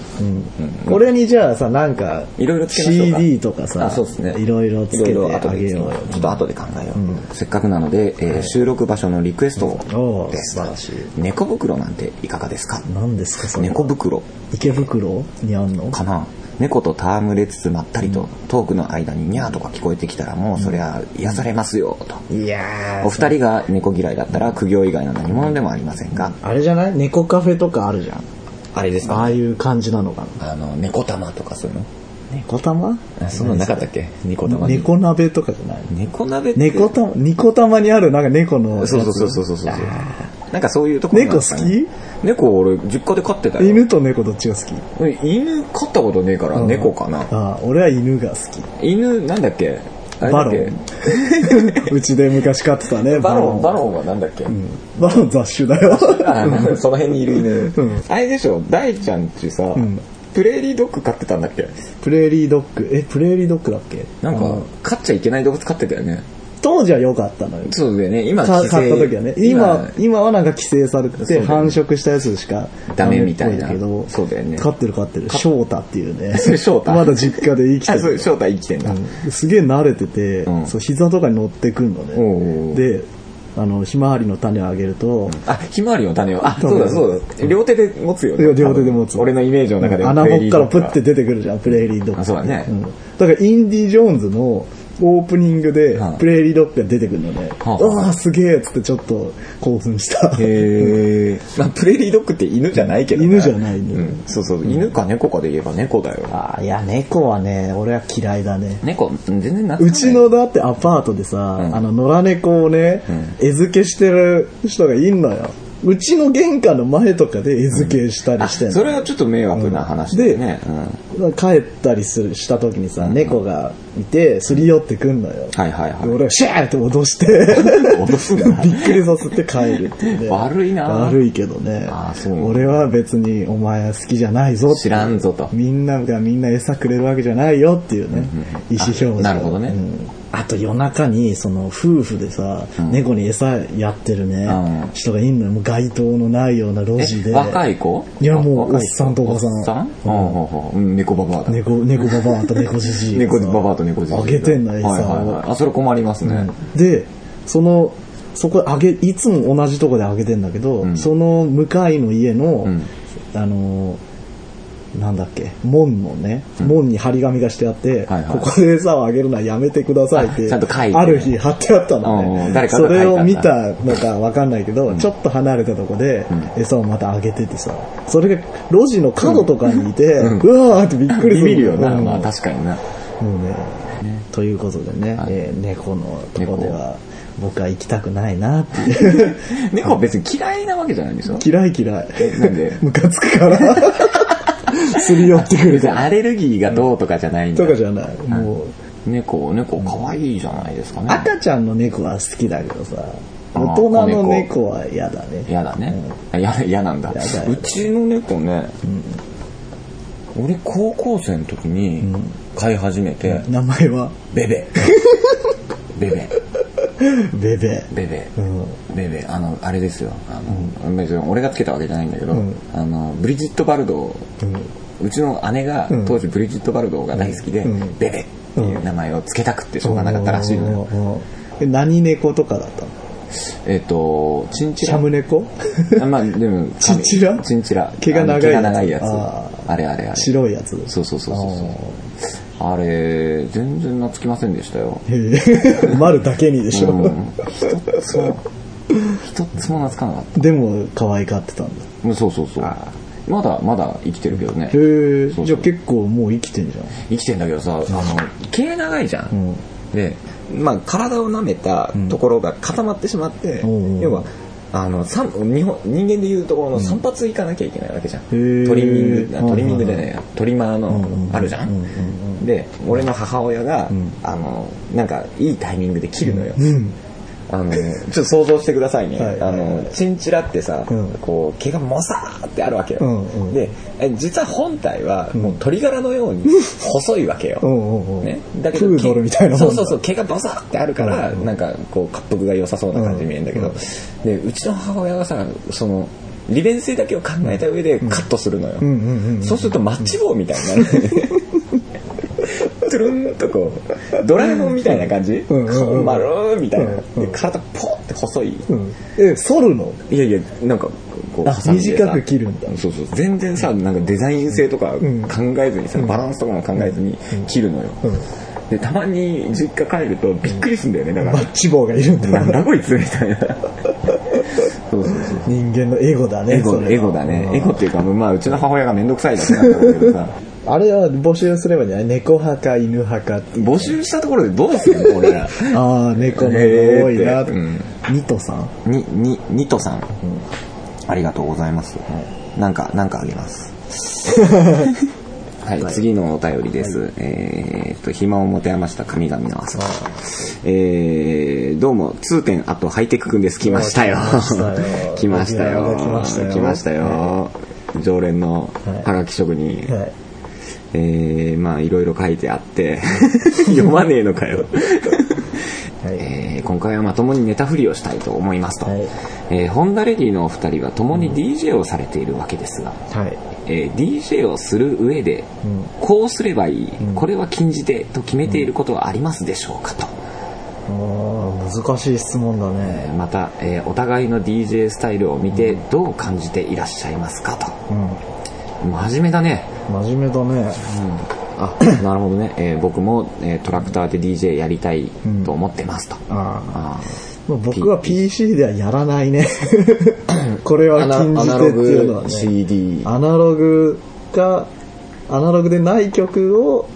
Speaker 2: これにじゃあさ、なんか、
Speaker 1: いろいろつけましょうか
Speaker 2: CD とかさ
Speaker 1: あ、そうですね。
Speaker 2: いろいろつけ
Speaker 1: い
Speaker 2: て
Speaker 1: ろいろ後
Speaker 2: あ
Speaker 1: で
Speaker 2: げ
Speaker 1: つけ
Speaker 2: よう
Speaker 1: ま
Speaker 2: よ
Speaker 1: す。ちょっと後で考えよう。せっかくなので、えー収録場所のリクエスト
Speaker 2: お
Speaker 1: を
Speaker 2: ー
Speaker 1: です
Speaker 2: 素晴らしい。
Speaker 1: 猫袋なんていかがですか
Speaker 2: 何ですか、それ。
Speaker 1: 猫袋
Speaker 2: 池袋にあんの
Speaker 1: かな猫と戯れつつまったりと、トークの間にニャーとか聞こえてきたらもうそりゃ癒されますよと。
Speaker 2: いや
Speaker 1: お
Speaker 2: ー、
Speaker 1: 二人が猫嫌いだったら苦行以外の何者でもありませんが、
Speaker 2: あれじゃない猫カフェとかあるじゃん。
Speaker 1: あれです
Speaker 2: ああいう感じなのかな。
Speaker 1: あの、猫玉とかそういうの
Speaker 2: 猫玉
Speaker 1: あそんなのなかったっけ猫玉に。
Speaker 2: 猫鍋とかじゃない
Speaker 1: 猫鍋って。
Speaker 2: 猫玉、ニコ玉にあるなんか猫のやつ。
Speaker 1: そうそうそうそうそうそう。なんかそういうところなんですかね
Speaker 2: 猫
Speaker 1: 猫俺、実家で飼ってたよ。
Speaker 2: 犬と猫どっちが好き
Speaker 1: 犬飼ったことねえから、猫かな。
Speaker 2: ああ、俺は犬が好き。
Speaker 1: 犬、なんだっけあれだ
Speaker 2: バ
Speaker 1: っ
Speaker 2: ロ
Speaker 1: け *laughs*
Speaker 2: ン。うちで昔飼ってたね、
Speaker 1: バロン、バロンはなんだっけ
Speaker 2: バロン雑種だよ。
Speaker 1: あ *laughs* その辺にいる犬。あれでしょ、大ちゃんちさ、プレーリードッグ飼ってたんだっけ
Speaker 2: プレーリードッグ。え、プレーリードッグだっけ
Speaker 1: なん
Speaker 2: あ
Speaker 1: か
Speaker 2: の、
Speaker 1: 飼っちゃいけない動物飼ってたよね。
Speaker 2: 当時は良かったのよ。
Speaker 1: そうだよね、今、
Speaker 2: か買った時はね。今、今はなんか規制されて
Speaker 1: だよ
Speaker 2: て、
Speaker 1: ね
Speaker 2: 繁殖したやつしか
Speaker 1: ダメみたいな
Speaker 2: ダメっぽけど、
Speaker 1: そうだよね
Speaker 2: 飼ってる飼ってる。翔太ってい
Speaker 1: *laughs*
Speaker 2: うね。
Speaker 1: それ翔太
Speaker 2: まだ実家で生きて
Speaker 1: あ、そう、
Speaker 2: る。
Speaker 1: 正体生きてんだ。
Speaker 2: すげえ慣れてて、
Speaker 1: うん
Speaker 2: そう膝とかに乗ってくんの
Speaker 1: おうお
Speaker 2: ね。
Speaker 1: う
Speaker 2: で、あの、ひまわりの種をあげると、
Speaker 1: あ、ひまわりの種を。あ、
Speaker 2: そう
Speaker 1: そうだ
Speaker 2: そう
Speaker 1: そうだ。両手で持つよ
Speaker 2: いや
Speaker 1: ね。
Speaker 2: 両手で持つ。
Speaker 1: 俺のイメージの中では
Speaker 2: 穴
Speaker 1: プレ
Speaker 2: ほ
Speaker 1: ーリ
Speaker 2: っ
Speaker 1: ー
Speaker 2: か
Speaker 1: ド
Speaker 2: ら
Speaker 1: ッグ
Speaker 2: プ
Speaker 1: は
Speaker 2: ッて出てくるじゃん、プレーリードッグ。
Speaker 1: あそうだね
Speaker 2: んだから、インディ・ジョーンズのオープニングで
Speaker 1: はあ、
Speaker 2: プレーリードッグが出てくるのね。
Speaker 1: はあ
Speaker 2: うわーすげえっつってちょっと興奮した。
Speaker 1: へえ。まあ、プレーリードッグって犬じゃないけどね
Speaker 2: *laughs* 犬じゃないね
Speaker 1: うんそうそう。犬か猫かで言えば猫だよ。
Speaker 2: あーいや、猫はね、俺は嫌いだね。
Speaker 1: 猫、全然な
Speaker 2: *laughs* うちのだってアパートでさ、
Speaker 1: ん
Speaker 2: あの、野良猫をね、餌付けしてる人がいんのよ。うちの玄関の前とかで餌付けしたりしてんの。
Speaker 1: それはちょっと迷惑な話だよね。うん
Speaker 2: 帰ったりするした時にさ、猫がいてすり寄ってくんのよ、
Speaker 1: はいはいは
Speaker 2: で
Speaker 1: い。
Speaker 2: 俺がシャーって脅して
Speaker 1: 脅すんだ
Speaker 2: *laughs* び。っくりさせて帰るっていうね
Speaker 1: 悪いな
Speaker 2: 悪いけどね
Speaker 1: あーそう
Speaker 2: 俺は別にお前は好きじゃないぞって
Speaker 1: 知らんぞと。
Speaker 2: みんながみんな餌くれるわけじゃないよっていうね、意思表示
Speaker 1: なるほどね
Speaker 2: うんあと夜中にその夫婦でさ、猫に餌やってるね、
Speaker 1: うん
Speaker 2: 人がいんのよもう街灯のないような路地
Speaker 1: え
Speaker 2: で
Speaker 1: 若い子
Speaker 2: いやも
Speaker 1: 若い
Speaker 2: う
Speaker 1: 子
Speaker 2: おっさんとおばさん
Speaker 1: おっさんうんうんうんうん猫ババアだ。
Speaker 2: 猫、猫ババアと猫じじい。
Speaker 1: 猫ババアと猫じじい
Speaker 2: あげてんの、
Speaker 1: はい
Speaker 2: 餌
Speaker 1: はい
Speaker 2: を
Speaker 1: は。い。あ、それ困りますね。
Speaker 2: で、その、そこあげ、いつも同じとこであげてんだけど、その向かいの家の、
Speaker 1: ん
Speaker 2: あのー、なんだっけ、門のね、門に張り紙がしてあって、
Speaker 1: はいはい
Speaker 2: ここで餌をあげるのはやめてくださいって、
Speaker 1: あちゃんと書いて
Speaker 2: ある日貼ってあったの
Speaker 1: うんう
Speaker 2: ね
Speaker 1: ん。誰か
Speaker 2: そ
Speaker 1: が書いたんだ
Speaker 2: れを見たのかわかんないけど、ちょっと離れたとこで、餌をまたあげててさ、それが路地の角とかにいて、うわーってびっくりする
Speaker 1: ビ
Speaker 2: の。
Speaker 1: ビるよな。
Speaker 2: うん
Speaker 1: まあ確かにな。
Speaker 2: もうね、ということでね、えー猫のとこでは僕は行きたくないなって
Speaker 1: *laughs*
Speaker 2: いう。
Speaker 1: 猫は別に嫌いなわけじゃないんでしょ
Speaker 2: 嫌い嫌い。
Speaker 1: えなんで
Speaker 2: *laughs* ムカつ
Speaker 1: *laughs*
Speaker 2: くから。すり寄ってくる
Speaker 1: 別
Speaker 2: か
Speaker 1: に
Speaker 2: ら。
Speaker 1: アレルギーがどうとかじゃないんだ
Speaker 2: とかじゃない。もう、
Speaker 1: 猫、猫可愛いじゃないですかね。
Speaker 2: 赤ちゃんの猫は好きだけどさ、
Speaker 1: あ
Speaker 2: 大人の猫は嫌だね。
Speaker 1: 嫌だね。あ嫌、嫌なんだ
Speaker 2: 嫌だ。よ
Speaker 1: うちの猫ね、俺高校生の時に飼い始めて、
Speaker 2: 名前は
Speaker 1: ベベ。
Speaker 2: *laughs*
Speaker 1: ベベ、
Speaker 2: ベベ。
Speaker 1: ベベ
Speaker 2: う。ん。
Speaker 1: ベベ、あの、あれですよ。あの、別に俺がつけたわけじゃないんだけど、あの、ブリジット・バルドー、うちの姉が当時ブリジット・バルドーが大好きで、
Speaker 2: うん
Speaker 1: ベベっていう名前をつけたくってしょうがなかったらしいのよ。
Speaker 2: うんえ何猫とかだったの
Speaker 1: えっ、とチンチ
Speaker 2: シ
Speaker 1: ラ
Speaker 2: ャ
Speaker 1: *laughs*
Speaker 2: ム猫
Speaker 1: あまあでも
Speaker 2: チンチラ
Speaker 1: チンチラ
Speaker 2: 毛が長いやつ
Speaker 1: あの毛が長いやつ
Speaker 2: あ
Speaker 1: あれあれあれ
Speaker 2: 白いやつ
Speaker 1: そうそうそうそうそうあれ全然懐きませんでしたよ
Speaker 2: へえ
Speaker 1: *laughs*
Speaker 2: 丸だけにでしょ、
Speaker 1: うん一つも一つも懐かなかっ
Speaker 2: でも可愛がってたんだ
Speaker 1: たうんそうそうそうまだまだ生きてるけどね
Speaker 2: へえ
Speaker 1: そうそう
Speaker 2: じゃあ結構もう生きてんじゃん
Speaker 1: 生きてんだけどさあの毛長いじゃん、
Speaker 2: ん
Speaker 1: で、まあ、体を舐めたところが固まってしまって、
Speaker 2: うんうん
Speaker 1: 要はあの三日本人間でいうところの散髪行かなきゃいけないわけじゃん、
Speaker 2: ー
Speaker 1: トリミングあ
Speaker 2: はいはいはい
Speaker 1: トリミングじゃないやトリマーのあるじゃん,、
Speaker 2: うんうん
Speaker 1: で俺の母親が、あのなんかいいタイミングで切るのよ、
Speaker 2: うん
Speaker 1: あのちょっと想像してくださいね、
Speaker 2: はいはいはい
Speaker 1: あのチンチラってさ、
Speaker 2: うん
Speaker 1: こう毛がモサーってあるわけよ、
Speaker 2: うんうん
Speaker 1: でえ実は本体はもう鳥柄の
Speaker 2: *laughs*
Speaker 1: ように細いわけよ、
Speaker 2: うんうんうん
Speaker 1: ね、
Speaker 2: だけどプードルみたいなもん
Speaker 1: そ
Speaker 2: だ
Speaker 1: うそうそう毛がバサッてあるから、
Speaker 2: うん
Speaker 1: なんかこう滑覆が良さそうな感じに見えるんだけど、
Speaker 2: うん
Speaker 1: でうちの母親がさその利便性だけを考えた上でカットするのよ、
Speaker 2: うんうんうんうん
Speaker 1: そうするとマッチ棒みたいになる、
Speaker 2: *laughs*
Speaker 1: トゥルンとこうドラえもんみたいな感じ、
Speaker 2: うんうんうん
Speaker 1: 顔丸ーみたいな、
Speaker 2: うんう
Speaker 1: で
Speaker 2: ん
Speaker 1: 体ポッて細い、
Speaker 2: うんえ剃るの
Speaker 1: いやいやなんかこう
Speaker 2: あ
Speaker 1: 挟んでさ
Speaker 2: 短く切るんだ
Speaker 1: そうそう全然さなんかデザイン性とか
Speaker 2: ん
Speaker 1: 考えずにさ、バランスとかも考えずに切るのよ、
Speaker 2: うん
Speaker 1: でたまに実家帰るとびっくりすんだよねだか
Speaker 2: マ
Speaker 1: ら、
Speaker 2: ッチ棒がいるん
Speaker 1: なん
Speaker 2: だ
Speaker 1: だこいつみたいなそうそうそう
Speaker 2: 人間のエゴだね
Speaker 1: エゴ
Speaker 2: それは
Speaker 1: エゴだね
Speaker 2: うん
Speaker 1: エゴっていうかまあうちの母親が面倒くさいだけなんだろうけどさ
Speaker 2: あれは募集すればいいんじゃない猫派か犬派かって
Speaker 1: 募集したところでどうするの俺ら
Speaker 2: ああ猫の方多いな
Speaker 1: へーってうん
Speaker 2: ニトさん
Speaker 1: ににニトさん、ありがとうございます、なんかなんかあげます
Speaker 2: *laughs*
Speaker 1: はい、次のお便りです。えーっと、暇を持て余した神々の朝。えー、どうも、通天あとハイテクくんです。来ましたよ。来
Speaker 2: 来
Speaker 1: ま
Speaker 2: ま
Speaker 1: し
Speaker 2: したた
Speaker 1: よ
Speaker 2: よ。来ましたよ
Speaker 1: 来ましたよ。常連の
Speaker 2: はい
Speaker 1: ハガキ職人。
Speaker 2: はい
Speaker 1: えー、まあいろいろ書いてあ
Speaker 2: *laughs*
Speaker 1: って、読まねえのかよ。
Speaker 2: はい
Speaker 1: えー今回はまともにネタ振りをしたいと思いますと、
Speaker 2: はい
Speaker 1: えーホンダレディのお二人は共に DJ をされているわけですが、
Speaker 2: はい
Speaker 1: えー DJ をする上で、
Speaker 2: うん
Speaker 1: こうすればいい、これは禁じてと決めていることはありますでしょうかと、
Speaker 2: あー難しい質問だ
Speaker 1: え
Speaker 2: ね
Speaker 1: ーまた、えーお互いの DJ スタイルを見てどう感じていらっしゃいますかと
Speaker 2: うん
Speaker 1: 真面目だね
Speaker 2: 真面目だね
Speaker 1: あ *coughs* なるほどね、えー僕も、えートラクターで DJ やりたいと思ってますと、
Speaker 2: あ
Speaker 1: あー
Speaker 2: ーもう僕は PC ではやらない
Speaker 1: *laughs*
Speaker 2: ねこれは
Speaker 1: アナ
Speaker 2: 禁
Speaker 1: ア
Speaker 2: じ
Speaker 1: ナ
Speaker 2: 手
Speaker 1: ロ
Speaker 2: っていうのは
Speaker 1: グ
Speaker 2: ね
Speaker 1: CD
Speaker 2: アナログがアナログでない曲を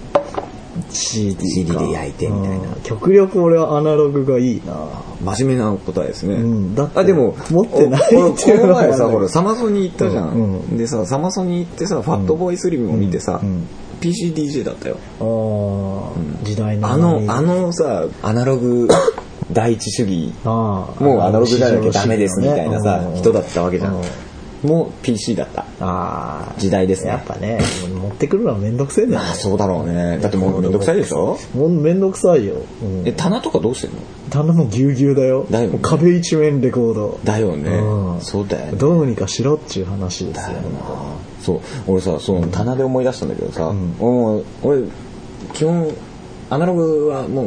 Speaker 2: CD, か
Speaker 1: CD で焼いてみたいな
Speaker 2: うん極力俺はアナログがいいな
Speaker 1: 真面目な答えですね、
Speaker 2: うんだって
Speaker 1: あでも
Speaker 2: 持ってない
Speaker 1: お
Speaker 2: ってい
Speaker 1: この
Speaker 2: うのは
Speaker 1: 前さほらサマソニ行ったじゃん、
Speaker 2: うんう
Speaker 1: でさサマソニ行ってさ、ファットボーイスリムを見てさ、
Speaker 2: うんうん
Speaker 1: PCDJ だったよ
Speaker 2: あー時代の
Speaker 1: あ
Speaker 2: 波
Speaker 1: のあのさアナログ *coughs* 第一主義
Speaker 2: あー
Speaker 1: もうアナログじゃなきゃダメですみたいなさ、
Speaker 2: うん
Speaker 1: 人だったわけじゃん、
Speaker 2: うん
Speaker 1: もう PC だった
Speaker 2: ああ
Speaker 1: 時代ですね
Speaker 2: やっぱね持ってくるのはめんどくせえんだよ
Speaker 1: あそうだろうねだってもうめんどくさいでしょ
Speaker 2: もうめんどくさいよ、うん
Speaker 1: え棚とかどうしてんの
Speaker 2: 棚もぎゅうぎゅうだよ
Speaker 1: だよね
Speaker 2: もう壁一面レコード
Speaker 1: だよね、
Speaker 2: うん
Speaker 1: そうだよね
Speaker 2: どうにかしろっちゅう話ですよ、
Speaker 1: そう俺さその棚で思い出したんだけどさ、
Speaker 2: ん
Speaker 1: 俺も俺基本アナログはもう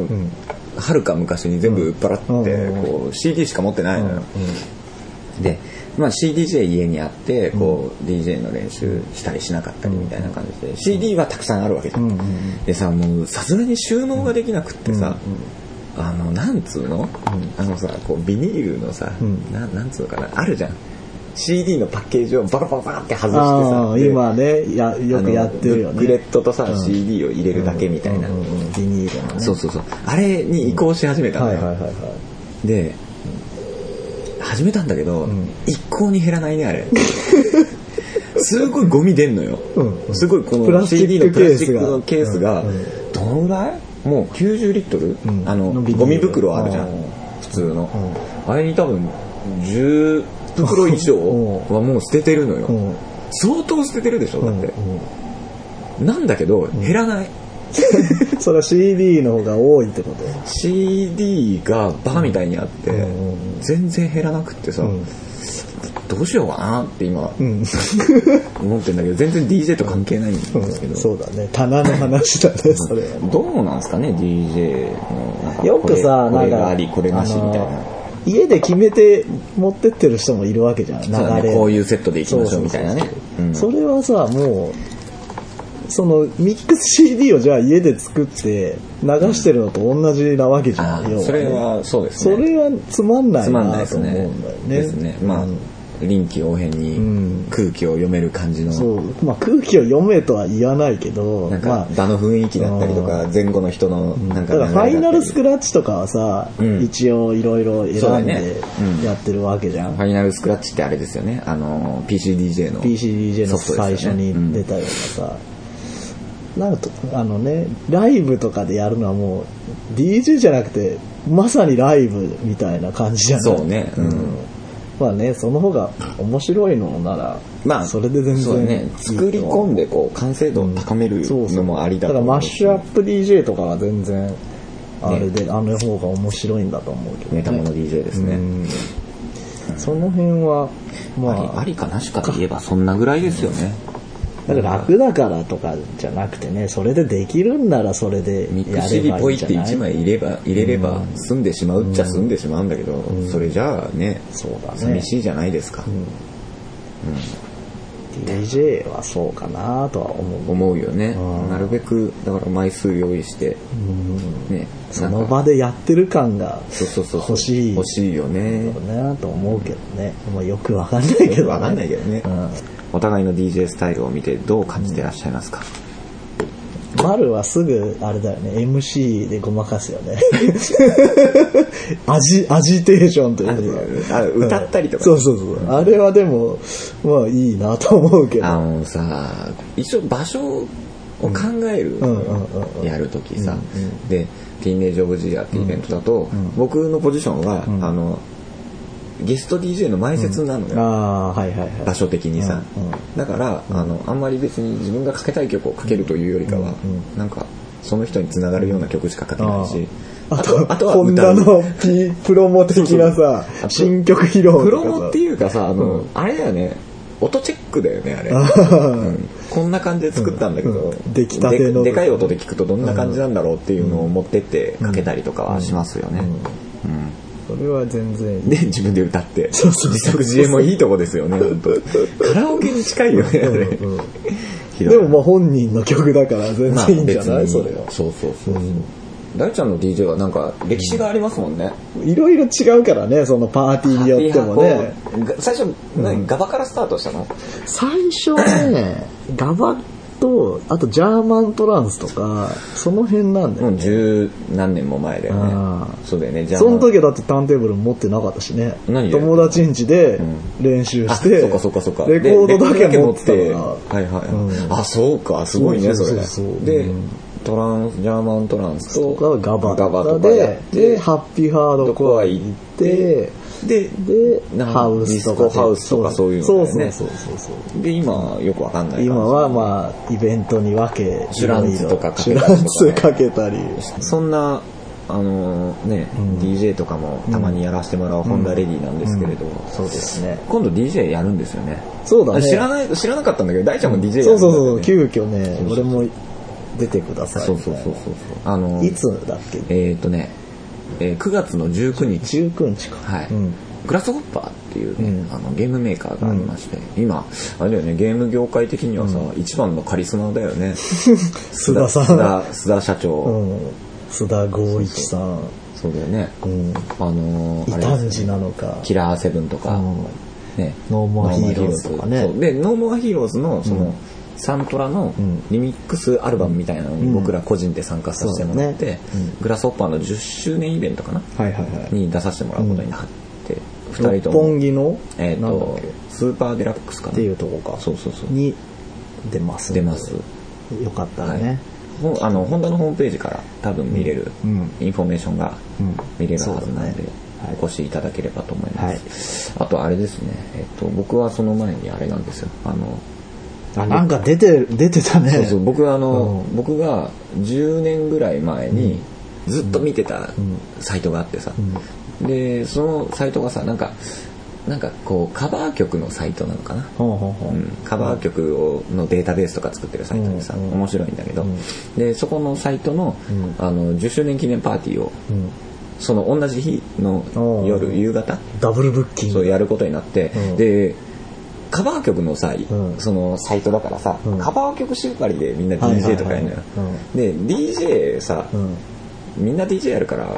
Speaker 1: はる、か昔に全部売っ払って、
Speaker 2: うん
Speaker 1: こう CD しか持ってないのよ、で、まあ、CDJ 家にあってこう、DJ の練習したりしなかったりみたいな感じで、CD はたくさんあるわけじゃん、
Speaker 2: うんうんうん
Speaker 1: でさもうさすがに収納ができなくってさ、あのなんつうの、あのさこうビニールのさ、
Speaker 2: うん
Speaker 1: ななんつうのかなあるじゃん CD のパッケージをバラバラバラって外して
Speaker 2: あ
Speaker 1: さ
Speaker 2: あ
Speaker 1: で
Speaker 2: 今ねやよくやってるよ
Speaker 1: あ
Speaker 2: ね
Speaker 1: のブックレットとさ、CD を入れるだけみたいな、
Speaker 2: うんうんうんビニールのね
Speaker 1: そうそうそうあれに移行し始めたの
Speaker 2: は
Speaker 1: よ、
Speaker 2: いはいはいはい
Speaker 1: で始めたんだけど、
Speaker 2: ん
Speaker 1: 一向に減らないねあれ *laughs* すごいゴミ出んのよ、
Speaker 2: うんうん
Speaker 1: すごいこ
Speaker 2: プラ
Speaker 1: の
Speaker 2: スチック
Speaker 1: CD のプラスチックの
Speaker 2: ケ
Speaker 1: ケ
Speaker 2: ー
Speaker 1: ー
Speaker 2: ス
Speaker 1: ス
Speaker 2: が
Speaker 1: が、
Speaker 2: うんうん
Speaker 1: どのぐらいもう90リットル、
Speaker 2: ん
Speaker 1: あの
Speaker 2: のビニール
Speaker 1: ゴミ袋あるじゃん、
Speaker 2: うん
Speaker 1: 普通の、あれに多分10袋以上
Speaker 2: うん
Speaker 1: はもう捨ててるのよ、
Speaker 2: うん
Speaker 1: 相当捨ててるでしょだって、
Speaker 2: うん
Speaker 1: なんだけど減らない、
Speaker 2: うそれは CD の方が多いってこと
Speaker 1: CD がバーみたいにあって、
Speaker 2: うんうん
Speaker 1: 全然減らなくってさ、
Speaker 2: うん
Speaker 1: どうしようかなって今
Speaker 2: うん
Speaker 1: 思ってるんだけど全然 DJ と関係ないんですけど、
Speaker 2: そうだね棚の話だねそれは
Speaker 1: どうなんですかね DJ のなんか
Speaker 2: よくさ
Speaker 1: こ
Speaker 2: な
Speaker 1: れこれ
Speaker 2: ん
Speaker 1: が
Speaker 2: か
Speaker 1: ありこれなしみたい
Speaker 2: あ
Speaker 1: な
Speaker 2: の家で決めて持ってってる人もいるわけじゃん流
Speaker 1: そうだ
Speaker 2: れ
Speaker 1: ねこういうセットでいきましょうみたいなね
Speaker 2: そうそ
Speaker 1: う
Speaker 2: うそうんそれはさもうそのミックス CD をじゃあ家で作って流してるのと同じなわけじゃ
Speaker 1: あ
Speaker 2: ん、
Speaker 1: ー
Speaker 2: 要ね
Speaker 1: それはそうです
Speaker 2: そ
Speaker 1: ね
Speaker 2: れはつまんない
Speaker 1: つまんない
Speaker 2: な
Speaker 1: で
Speaker 2: と
Speaker 1: す
Speaker 2: 思
Speaker 1: ね
Speaker 2: うんだよね
Speaker 1: ですねまあ、
Speaker 2: うん
Speaker 1: 臨機応変に
Speaker 2: ん
Speaker 1: 空気を読める感じの、
Speaker 2: そうまあ空気を読めとは言わないけど
Speaker 1: なん
Speaker 2: ま
Speaker 1: か
Speaker 2: あ
Speaker 1: 場の雰囲気だったりとか前後の人のなんか
Speaker 2: だからファイナルス
Speaker 1: ラ
Speaker 2: クラッチとかはさ、
Speaker 1: うん
Speaker 2: 一応いろいろ
Speaker 1: そうだ
Speaker 2: 選ん
Speaker 1: ね
Speaker 2: で
Speaker 1: うん
Speaker 2: やってるわけじゃん、
Speaker 1: ファイナルスクラッチってあれですよねあの PCDJ の
Speaker 2: PCDJ の
Speaker 1: ソフト
Speaker 2: 最
Speaker 1: です
Speaker 2: 初
Speaker 1: よね
Speaker 2: に出たようなさ、なんかとあのねライブとかでやるのはもう DJ じゃなくてまさにライブみたいな感じじゃない
Speaker 1: そうねうん
Speaker 2: まあねその方が面白いのなら
Speaker 1: まあ
Speaker 2: それで全
Speaker 1: そうだ
Speaker 2: 然
Speaker 1: ね作り込んでこう完成度を高める
Speaker 2: そうそう
Speaker 1: のもありだ
Speaker 2: だ
Speaker 1: と
Speaker 2: から
Speaker 1: 思
Speaker 2: マッ
Speaker 1: う
Speaker 2: シュアップ DJ とかは全然あれで、あの方が面白いんだと思うけど、
Speaker 1: ネタもの DJ ですね、
Speaker 2: うんその辺はま
Speaker 1: ありありかなしかと言えばそんなぐらいですよね、
Speaker 2: だから楽だからとかじゃなくてね、それでできるんならそれで
Speaker 1: ミック
Speaker 2: や
Speaker 1: ス
Speaker 2: れ
Speaker 1: CD
Speaker 2: ば
Speaker 1: ポ
Speaker 2: いい
Speaker 1: イ
Speaker 2: ん
Speaker 1: っ
Speaker 2: じ
Speaker 1: て
Speaker 2: ゃない
Speaker 1: 1枚入れば入れれば済んでしまうっちゃ済んでしまうんだけど、それじゃあね
Speaker 2: そうだね
Speaker 1: 寂しいじゃないですか、
Speaker 2: DJ はそうかなとは思う。
Speaker 1: 思うよね、
Speaker 2: うん
Speaker 1: なるべくだから枚数用意して、ね
Speaker 2: その
Speaker 1: なんか
Speaker 2: 場でやってる感が
Speaker 1: そうそうそう
Speaker 2: 欲しい
Speaker 1: 欲しいよね
Speaker 2: なと思うけどね。まあよくわかんないけどね。
Speaker 1: わかんないけどね、
Speaker 2: うん
Speaker 1: お互いの DJ スタイルを見てどう感じてらっしゃいますか、
Speaker 2: マルはすぐ、あれだよね、MC でごまかすよね。 *laughs* アジ、アジテーションというか。
Speaker 1: あ歌ったりとか
Speaker 2: そうそうそう。あれはでも、まあいいなと思うけど。
Speaker 1: あのさ一応場所を考える、
Speaker 2: うんうんうんうん
Speaker 1: やるときさ、で「ティーンエイジ・オブ・ジ・イヤー」ってイベントだと、僕のポジションは、あのゲスト DJ の前説なのよ、
Speaker 2: ああー、はいはいはい。
Speaker 1: 場所的にさ、
Speaker 2: うんうん
Speaker 1: だからあのあんまり別に自分がかけたい曲をかけるというよりかは、なんかその人につながるような曲しかかけないし、
Speaker 2: あ
Speaker 1: あと
Speaker 2: と、
Speaker 1: あとは
Speaker 2: ホン
Speaker 1: 歌
Speaker 2: ダ
Speaker 1: う
Speaker 2: の P プロモ的なさ
Speaker 1: そうそう、
Speaker 2: 新曲披露とかさ。
Speaker 1: プロモっていうかさあの、あれだよね音チェックだよねあれ、
Speaker 2: *laughs*
Speaker 1: うんこんな感じで作ったんだけど、
Speaker 2: うんうん出来たての
Speaker 1: ででかい音で聞くとどんな感じなんだろうっていうのを持ってってかけたりとかはしますよね、
Speaker 2: それは全然いい。
Speaker 1: で自分で歌って
Speaker 2: そうそうそう
Speaker 1: 自作自演もいいとこですよね本当カラオケに近いよねあれ、
Speaker 2: うん
Speaker 1: *laughs* ひどい
Speaker 2: でもまあ本人の曲だから全
Speaker 1: まあ
Speaker 2: 然いいんじゃない
Speaker 1: *laughs* 別
Speaker 2: そ
Speaker 1: に
Speaker 2: れは。
Speaker 1: そうそうそうそう大ちゃんの DJ はなんか歴史がありますもんね、
Speaker 2: いろいろ違うからね、そのパーティーによってもね。
Speaker 1: が最初、何ガバからスタートしたの
Speaker 2: 最初
Speaker 1: *laughs*
Speaker 2: ね、ガバと、あとジャーマントランスとか、その辺なんだ
Speaker 1: も
Speaker 2: よ。
Speaker 1: う十何年も前だよ
Speaker 2: あ
Speaker 1: ね
Speaker 2: ー
Speaker 1: そうだよねじゃあ
Speaker 2: その時はだってターンテーブル持ってなかったしね。
Speaker 1: 何で
Speaker 2: 友達ん家で練習
Speaker 1: あ
Speaker 2: し
Speaker 1: そう
Speaker 2: て、
Speaker 1: かそうかそうか
Speaker 2: レコードだけ持って
Speaker 1: レ
Speaker 2: た
Speaker 1: コードだけ
Speaker 2: か
Speaker 1: 持ってはい
Speaker 2: ら。
Speaker 1: はい、
Speaker 2: うん
Speaker 1: あそうかすごいねそ
Speaker 2: そう
Speaker 1: れ
Speaker 2: そう
Speaker 1: ね
Speaker 2: そうそう
Speaker 1: で
Speaker 2: うん
Speaker 1: トランスジャーマントランスと
Speaker 2: がガバ
Speaker 1: ガバとかや
Speaker 2: で
Speaker 1: っ、
Speaker 2: で、
Speaker 1: て
Speaker 2: ハッピーハードコア行って、
Speaker 1: で
Speaker 2: で、
Speaker 1: なんか
Speaker 2: ハウスとかで。
Speaker 1: ディスコハウスとかそういうの
Speaker 2: そう
Speaker 1: だよ
Speaker 2: そう
Speaker 1: ね
Speaker 2: そうそうそう。
Speaker 1: で今よくわかんない感じ
Speaker 2: 今はまあ、イベントに分け、
Speaker 1: シュランツとかか
Speaker 2: シ
Speaker 1: け
Speaker 2: ュ
Speaker 1: たりとか
Speaker 2: ラ
Speaker 1: ね
Speaker 2: ンツかけたり。
Speaker 1: そんな、あのね、DJ とかもたまにやらせてもらうホンダレディなんですけれど、
Speaker 2: そうですね。
Speaker 1: 今度 DJ やるんですよね。
Speaker 2: そうだね。
Speaker 1: 知らない、知らなかったんだけど、大ちゃんも DJ やるんだ
Speaker 2: そ
Speaker 1: よね
Speaker 2: うそうそう、急遽ね、
Speaker 1: そうそう
Speaker 2: 俺も出てください。
Speaker 1: そうそうそうそうそう。あの
Speaker 2: いつだっけ
Speaker 1: えっ、とね、えー9月の19日、
Speaker 2: ?19 日か。
Speaker 1: はい、
Speaker 2: うん
Speaker 1: グラスホッパーっていうね、
Speaker 2: うん
Speaker 1: あのゲームメーカーがありまして、今、あれだよね、ゲーム業界的にはさ、一番のカリスマだよ
Speaker 2: *laughs*
Speaker 1: ね。須
Speaker 2: 須田さん
Speaker 1: 須田、須田社長。
Speaker 2: うん。須田剛一さん。
Speaker 1: そうだよね。
Speaker 2: うん。
Speaker 1: あの
Speaker 2: 異
Speaker 1: ー、あれです
Speaker 2: 端児なのか。
Speaker 1: キラーセブンとか、
Speaker 2: うん
Speaker 1: ね、
Speaker 2: ノーモアヒーローズとかね
Speaker 1: そうで、ノーモアヒーローズの、その、サントラの
Speaker 2: ん
Speaker 1: リミックスアルバムみたいなのに
Speaker 2: うん
Speaker 1: 僕ら個人で参加させてもらっ
Speaker 2: そう
Speaker 1: て
Speaker 2: だねうん、
Speaker 1: グラスホッパーの10周年イベントかな
Speaker 2: はいはいはい。
Speaker 1: に出させてもらうことになって、2人
Speaker 2: 六
Speaker 1: とも、
Speaker 2: 本木の、
Speaker 1: えっ
Speaker 2: なんだっ
Speaker 1: と
Speaker 2: けっ、
Speaker 1: スーパーデラックスかな
Speaker 2: て。いうとこか。
Speaker 1: そうそうそう。
Speaker 2: に出ます。
Speaker 1: 出ます。
Speaker 2: よかったら
Speaker 1: はい
Speaker 2: ね。
Speaker 1: もうあの、ホンダのホームページから多分見れる、
Speaker 2: うん
Speaker 1: インフォメーションが
Speaker 2: うん
Speaker 1: 見れるはずなん
Speaker 2: そ
Speaker 1: で
Speaker 2: うだねはい、
Speaker 1: お越しいただければと
Speaker 2: *laughs*
Speaker 1: 思います。あとあれですね、えっと、僕はその前にあれなんですよ、あの、
Speaker 2: あなんか出て出てたね
Speaker 1: そうそう僕あの、僕が10年ぐらい前にずっと見てたサイトがあってさ、でそのサイトがさなんかなんかこうカバー曲のサイトなのかな、
Speaker 2: ほうほうほう
Speaker 1: うんカバー曲をのデータベースとか作ってるサイトでさ、
Speaker 2: うんうん
Speaker 1: 面白いんだけど、
Speaker 2: うん
Speaker 1: でそこのサイトの,、
Speaker 2: う
Speaker 1: あの10周年記念パーティーを
Speaker 2: うん
Speaker 1: その同じ日の
Speaker 2: おう
Speaker 1: 夜夕方
Speaker 2: ダブルブッキン
Speaker 1: そう
Speaker 2: グ
Speaker 1: やることになって、
Speaker 2: うん
Speaker 1: でカバー曲のさ、
Speaker 2: ん
Speaker 1: そのサイトだからさ、
Speaker 2: うん
Speaker 1: カバー曲縛りでみんな
Speaker 2: はいはいはい
Speaker 1: DJ とかやるのよ、で DJ さ、
Speaker 2: うん
Speaker 1: みんな DJ やるから、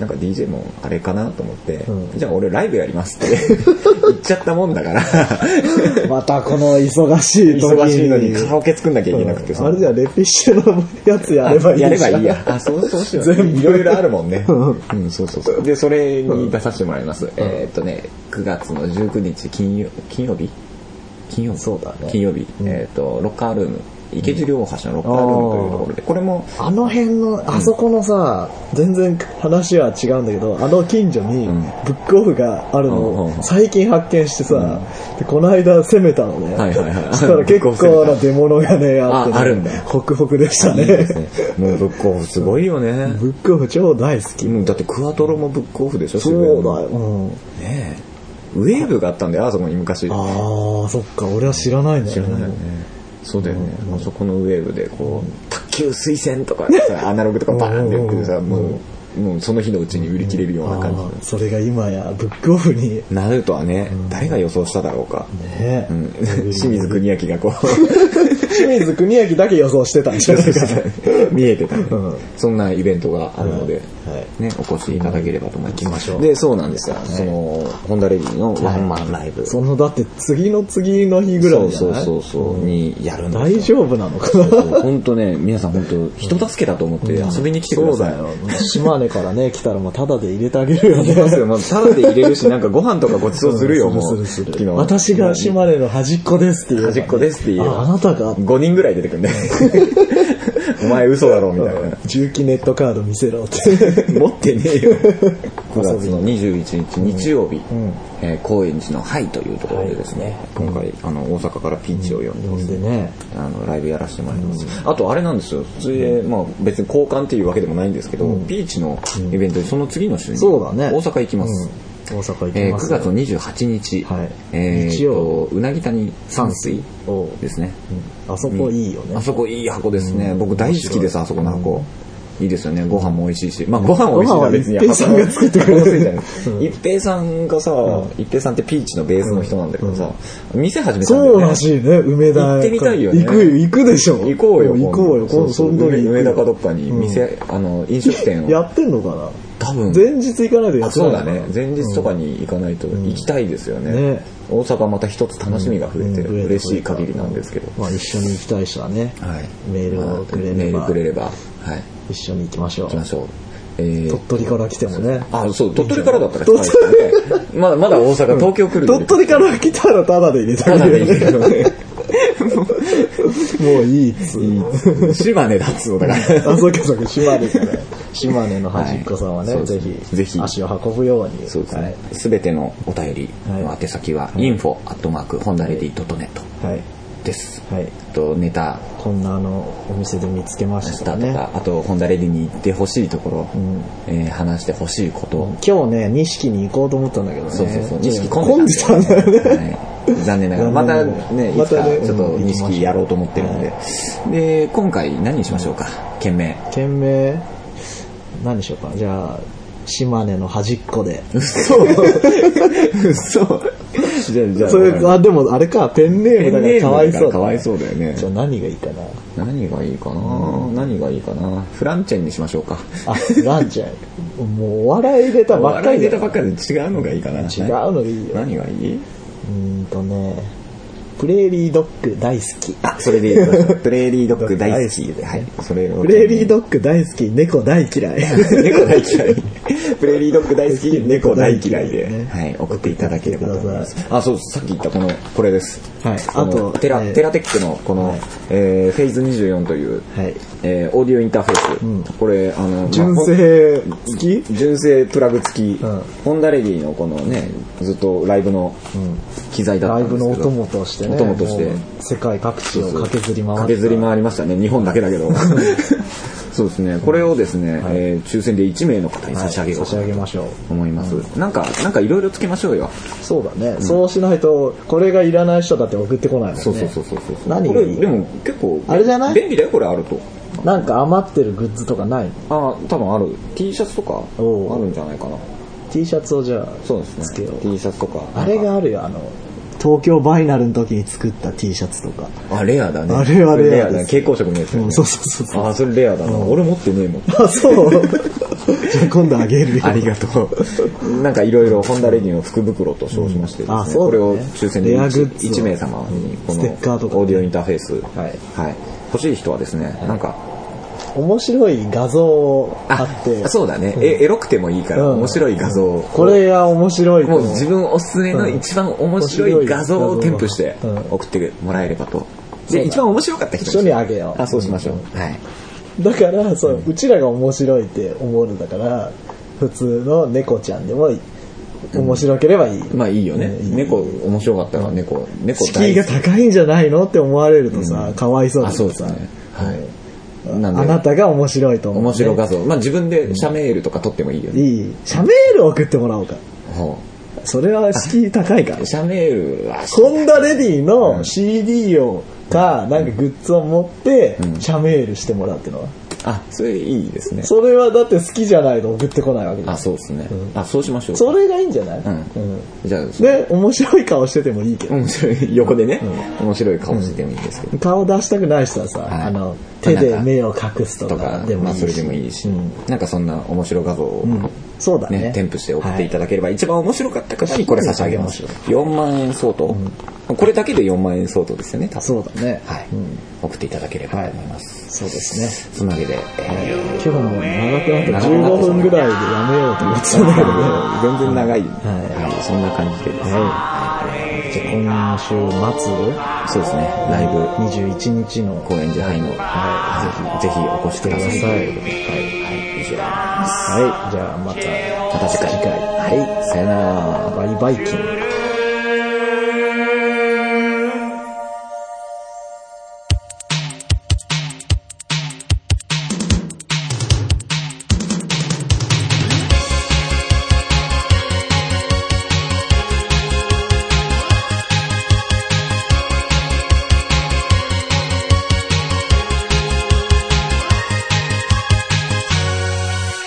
Speaker 1: なんか DJ もあれかなと思って、
Speaker 2: うん
Speaker 1: じゃあ俺ライブやりますって *laughs* 言っちゃったもんだ
Speaker 2: *laughs*
Speaker 1: から
Speaker 2: またこの忙しい時に
Speaker 1: 忙しいのにカラオケ作んなきゃいけなくて
Speaker 2: うんあれじゃレピシェのやつやればいい
Speaker 1: やればいいや。あ、そうそうしよう。
Speaker 2: 全部
Speaker 1: いろいろあるもんね。
Speaker 2: うん
Speaker 1: うん、そうそうそう。で、それに出させてもらいます。えーっとね、9月の19日金曜、金曜日金曜日
Speaker 2: そうだね
Speaker 1: 金曜日。
Speaker 2: うん
Speaker 1: えーっと、ロッカールーム。池尻大橋のロッカールームというところで、これも、
Speaker 2: あの辺の、あそこのさ、全然話は違うんだけど、あの近所に
Speaker 1: ん
Speaker 2: ブックオフがある
Speaker 1: うん
Speaker 2: の
Speaker 1: うんう
Speaker 2: を
Speaker 1: ん
Speaker 2: 最近発見してさ、でこの間攻めたのね。
Speaker 1: はいはいはい
Speaker 2: そしたら結構な出物がね、
Speaker 1: あ
Speaker 2: あってね、
Speaker 1: あるんだ
Speaker 2: ホクホクでした
Speaker 1: いいです
Speaker 2: ね。
Speaker 1: ねもうブックオフすごいよね。
Speaker 2: ブックオフ超大好き。
Speaker 1: うんだってクアトロもブックオフでしょ、
Speaker 2: そうだよ。
Speaker 1: よ。
Speaker 2: うん、
Speaker 1: ねえウェーブがあったんだよ、あそこに昔。
Speaker 2: ああ、そっか、俺は知らないんだよね。
Speaker 1: そうだよね、あそこのウェーブでこう卓球推薦とかさアナログとかバーンってやってさ
Speaker 2: うん
Speaker 1: もうもうその日のうちに売り切れるような感
Speaker 2: あー
Speaker 1: じ
Speaker 2: それが今や、ブックオフに、
Speaker 1: なるとはね誰が予想しただろうか、
Speaker 2: ね、
Speaker 1: うん、清水国明
Speaker 2: *laughs*
Speaker 1: がこう *laughs*
Speaker 2: 清水国明だけ予想してたんじゃないかな。
Speaker 1: 見えてたね、
Speaker 2: うん
Speaker 1: そんなイベントがあるので、
Speaker 2: はい
Speaker 1: ね、お越しいただければと思います、
Speaker 2: 行きましょう
Speaker 1: でそうなんですよ、そのホンダレディのワンマンライブ、
Speaker 2: *laughs* そのだって次の次の日ぐらいじゃ
Speaker 1: そう
Speaker 2: ない
Speaker 1: そうそうそうにやるんですよ
Speaker 2: 大丈夫なのかな
Speaker 1: 本当ね皆さん本当人助けだと思って遊びに来てください、
Speaker 2: そうだよ。島根からね、来たらもうタダで入れてあげるよね。
Speaker 1: ますよ。もうタダで入れるし、なんかご飯とかごちそうするよ、も
Speaker 2: す
Speaker 1: う。
Speaker 2: るする
Speaker 1: 昨日
Speaker 2: 私が島根の端っこですっていう、
Speaker 1: 端っこですって言えば
Speaker 2: ああなたが、
Speaker 1: 5人ぐらい出てくる *laughs* ね。お前嘘だろ、みたいな。
Speaker 2: 重機ネットカード見せろって。
Speaker 1: *laughs* 持ってねえ
Speaker 2: *laughs*
Speaker 1: よ。9月の21日日曜日、えー高円寺のハイというところでですね、今回、あの、大阪からピンチを呼んで
Speaker 2: ほ
Speaker 1: ま
Speaker 2: ん
Speaker 1: す
Speaker 2: でね、
Speaker 1: あのライブやらせてもらいます、あとあれなんですよそれで、まあ、別に交換っていうわけでもないんですけど、ピーチのイベントでその次の週に
Speaker 2: そうだね
Speaker 1: 大阪行きます、
Speaker 2: うん大阪行
Speaker 1: え
Speaker 2: き
Speaker 1: ー
Speaker 2: ま
Speaker 1: 9
Speaker 2: すよ。
Speaker 1: 月28日、
Speaker 2: はい
Speaker 1: えー
Speaker 2: 日曜
Speaker 1: とうなぎ谷山水
Speaker 2: おう
Speaker 1: ですね、
Speaker 2: あそこいいよね
Speaker 1: あ。そこいい箱ですね、僕大好きですあそこの箱、いいですよねご飯も美味しいしまあご飯美味しいのは別に
Speaker 2: ご飯は一平さんが作ってくれる
Speaker 1: 箱のせいじゃない *laughs* 一平さんがさ一平さんってピーチのベースの人なんだけどさ店始めたんだ
Speaker 2: そ
Speaker 1: よ
Speaker 2: う
Speaker 1: ね
Speaker 2: らしいね、梅田。
Speaker 1: 行ってみたいよね
Speaker 2: 行くよ、行くでしょ。
Speaker 1: 行こうよ
Speaker 2: 行こうよ、
Speaker 1: 今
Speaker 2: 今
Speaker 1: 度
Speaker 2: 度
Speaker 1: そ
Speaker 2: そうの
Speaker 1: そう
Speaker 2: 時に行くよ
Speaker 1: 梅田かどっかに店、あの飲食店
Speaker 2: や
Speaker 1: を
Speaker 2: ってんのかな
Speaker 1: 多分
Speaker 2: 前日行かないとや
Speaker 1: あ
Speaker 2: って
Speaker 1: そ
Speaker 2: ないうの
Speaker 1: だ
Speaker 2: かな
Speaker 1: ね前日とかに行かないと行きたいですよね,、
Speaker 2: ね
Speaker 1: 大阪また一つ楽しみが増えて
Speaker 2: うん
Speaker 1: 嬉しい限りなんですけど、
Speaker 2: まあ一緒に行きたい人はね、
Speaker 1: はい
Speaker 2: メールをくれれば
Speaker 1: メールくれればはい
Speaker 2: 一緒に行きましょう
Speaker 1: 行き。ましょうえー
Speaker 2: 鳥取から来てもね。
Speaker 1: あ、そう、鳥取からだったら来たいですよね。まだまだ大阪、東京来る
Speaker 2: 鳥取から来たらタダで入れて
Speaker 1: た
Speaker 2: あ
Speaker 1: だで
Speaker 2: げ
Speaker 1: いい
Speaker 2: るよ
Speaker 1: け
Speaker 2: ね。
Speaker 1: どね。
Speaker 2: *laughs* もういいっつう。
Speaker 1: 島根だっつうのだから。
Speaker 2: あ、そうかそうか、
Speaker 1: *laughs*
Speaker 2: 島根から。島根の端っこさんはね、
Speaker 1: はい
Speaker 2: ぜ
Speaker 1: そう
Speaker 2: ひ、
Speaker 1: ぜひ
Speaker 2: 足を運ぶように。
Speaker 1: そうです
Speaker 2: は
Speaker 1: ね
Speaker 2: い。
Speaker 1: すべてのお便りの
Speaker 2: はい
Speaker 1: 宛先は、info アットマーク、ホンダレディドットネット
Speaker 2: はい。
Speaker 1: です。
Speaker 2: はい。
Speaker 1: あと、ネタ、
Speaker 2: こんなあの、お店で見つけまし
Speaker 1: スタ
Speaker 2: た
Speaker 1: ー
Speaker 2: ね
Speaker 1: と。か、あと、ホンダレディに行ってほしいところ
Speaker 2: ん、
Speaker 1: えー話してほしいこと、
Speaker 2: 今日ね、錦に行こうと思ったんだけどね。
Speaker 1: そうそうそう、錦
Speaker 2: 混んでたんだよね。
Speaker 1: はい残念ながら、またね、い
Speaker 2: ま
Speaker 1: つか
Speaker 2: たね
Speaker 1: ちょっと
Speaker 2: うん
Speaker 1: 錦やろうと思ってるんで。で、今回何にしましょうか、件名。
Speaker 2: 件名何でしょうかじゃあ島根の端っこで
Speaker 1: そう。そう。じゃあ、じゃあ、
Speaker 2: それあでもあれかペンネームだからかわいそうだ
Speaker 1: かわいそうだよね
Speaker 2: じ。ゃあ何がいいかな
Speaker 1: 何がいいかな何がいいかなフランチェンにしましょうか。
Speaker 2: あランちゃんもうお笑い入れたばっかり
Speaker 1: 出た
Speaker 2: だ
Speaker 1: ば
Speaker 2: よ
Speaker 1: っかりで違うのがいいかな。
Speaker 2: 違うのがいいよ
Speaker 1: 何がいいう
Speaker 2: ーんとねプレーリードッグ大好き
Speaker 1: あ、それでいいです。
Speaker 2: *laughs*
Speaker 1: プレーリードッグ大好き。
Speaker 2: 大好き
Speaker 1: はい。それを
Speaker 2: プレーリードッグ大好き猫大嫌い *laughs*
Speaker 1: 猫大嫌い。 *laughs* プレーリードッグ大好き、猫大嫌いで、
Speaker 2: ね
Speaker 1: はい、送っていただければと思います
Speaker 2: 送っ。
Speaker 1: あ、そう、さっき言ったこの、これです。
Speaker 2: はい
Speaker 1: あ
Speaker 2: あ
Speaker 1: と
Speaker 2: と、
Speaker 1: テラ、
Speaker 2: えー
Speaker 1: テラテックのこの、えーフェイズ24という、
Speaker 2: はい
Speaker 1: えーオーディオインターフェース。これ、あの、
Speaker 2: 純
Speaker 1: まあ
Speaker 2: 正好き
Speaker 1: ほん純正プラグ付き、
Speaker 2: うん
Speaker 1: ホンダレディのこのね、ずっとライブの機材だっ
Speaker 2: ラ
Speaker 1: た
Speaker 2: イ
Speaker 1: んですけ
Speaker 2: ブ
Speaker 1: ど、
Speaker 2: のお供としてしてね。
Speaker 1: 音もとして
Speaker 2: もう世界各地を駆けずり回って。
Speaker 1: 駆けずり回りましたね日本だけだけどそうですねこれをですね、えー抽選で1名の方に差し上げよう
Speaker 2: 差し
Speaker 1: と
Speaker 2: 上げましょう。
Speaker 1: 思います、なんかなんかいろいろつけましょうよ
Speaker 2: そうだね。そうしないと、これがいらない人だって送ってこないもんね。
Speaker 1: そうそうそうそうそう
Speaker 2: 何
Speaker 1: こ
Speaker 2: が
Speaker 1: れ
Speaker 2: いい
Speaker 1: でも結構
Speaker 2: あれじゃない
Speaker 1: 便利だよこれあると
Speaker 2: なんか余ってるグッズとかない
Speaker 1: ああ多分ある T シャツとか
Speaker 2: おう
Speaker 1: あるんじゃないかな
Speaker 2: ?T シャツをじゃあ、
Speaker 1: そうですね
Speaker 2: つけよう。
Speaker 1: T シャツとか
Speaker 2: あれがあるよ、あの、東京バイナルの時に作った T シャツとか。
Speaker 1: あレアだね
Speaker 2: あれはレアで
Speaker 1: だ
Speaker 2: す
Speaker 1: ね蛍光色のやつ、ね
Speaker 2: うんそうそうそうそう
Speaker 1: ああそれレアだな、俺持ってねえもん
Speaker 2: あ、そう *laughs* じゃあ今度 *laughs* あげるよ。
Speaker 1: ありがとう。なんかいろいろホンダレディの福袋と称しましてですね、
Speaker 2: うんあそう
Speaker 1: これ
Speaker 2: だね
Speaker 1: を抽選で
Speaker 2: レアグ
Speaker 1: 1,
Speaker 2: ッズを
Speaker 1: 1名様にこの
Speaker 2: ステッカーとかね
Speaker 1: オーディオインターフェース、
Speaker 2: はい
Speaker 1: 欲しい人はですね、なんか、
Speaker 2: 面白い画像をあって。
Speaker 1: そうだね、えエロくてもいいから
Speaker 2: うん
Speaker 1: 面白い画像を、
Speaker 2: これが面白いと
Speaker 1: もう
Speaker 2: 思う
Speaker 1: 自分おすすめの一番面白い画像を添付して送ってもらえればと。
Speaker 2: そう
Speaker 1: で、
Speaker 2: だ
Speaker 1: 一番面白かった人
Speaker 2: 一緒にあげよう
Speaker 1: あ、そうしましょう。はい。
Speaker 2: だからそう、うちらが面白いって思うんだから普通の猫ちゃんでもいい面白ければいい、
Speaker 1: まあいいよね。
Speaker 2: うんいい
Speaker 1: 猫、面白かったら猫、猫
Speaker 2: 敷
Speaker 1: 大
Speaker 2: 居が
Speaker 1: 好き。
Speaker 2: 高いんじゃないのって思われるとさ、かわいそうだ
Speaker 1: あ、
Speaker 2: し
Speaker 1: そうです
Speaker 2: さ、
Speaker 1: ね。はい。
Speaker 2: あ
Speaker 1: なんで
Speaker 2: なたが面白いと思う、
Speaker 1: 面白画像、まあ自分で写メールとか撮ってもいいよね、
Speaker 2: いい社メール送ってもらおうか
Speaker 1: ほ
Speaker 2: それは敷居高いから
Speaker 1: う写メールはし
Speaker 2: ホンダレディの CD をか、なんかグッズを持って、社メールしてもらうってのは。
Speaker 1: あそれいいですね
Speaker 2: それはだって好きじゃないと送ってこないわけで
Speaker 1: あ
Speaker 2: す。
Speaker 1: そうですね、あそうしましょう
Speaker 2: それがいいんじゃない、
Speaker 1: うん
Speaker 2: うん
Speaker 1: じゃあ
Speaker 2: で、面白い顔しててもいいけど。
Speaker 1: 面白い横でね、面白い顔しててもいいですけど、
Speaker 2: 顔出したくない人はさ、
Speaker 1: はい
Speaker 2: あの、
Speaker 1: まあ
Speaker 2: 手で
Speaker 1: なんか
Speaker 2: 目を隠すと
Speaker 1: と
Speaker 2: か
Speaker 1: か
Speaker 2: でも
Speaker 1: ま
Speaker 2: い
Speaker 1: あ
Speaker 2: いし。
Speaker 1: それでもいいし、
Speaker 2: うん
Speaker 1: なんかそんな面白画像を、
Speaker 2: そうだね
Speaker 1: ね、添付して送っていただければ、一番面白かった方にこれ差し上げます
Speaker 2: そう
Speaker 1: 4万円相当、これだけで4万円相当ですよね多分
Speaker 2: そうだね。
Speaker 1: はい、
Speaker 2: うん
Speaker 1: 送っていただければと思います、
Speaker 2: そうですね。
Speaker 1: そんなわけで、えー
Speaker 2: 今日も長くなっ
Speaker 1: 長く
Speaker 2: て
Speaker 1: なって
Speaker 2: 15分ぐらいでやめようと思ってたんだけどね。
Speaker 1: 全然長い、
Speaker 2: はい
Speaker 1: はいそんな感じでですね、
Speaker 2: はい。じゃあ今週
Speaker 1: そうですねライブ
Speaker 2: 末、21日の
Speaker 1: 公演ではいの、はい、ぜひぜひお越しください
Speaker 2: ください
Speaker 1: ということではい、以上になります
Speaker 2: はい、じゃあまた、
Speaker 1: また次回はいさよなら
Speaker 2: バイバイキン。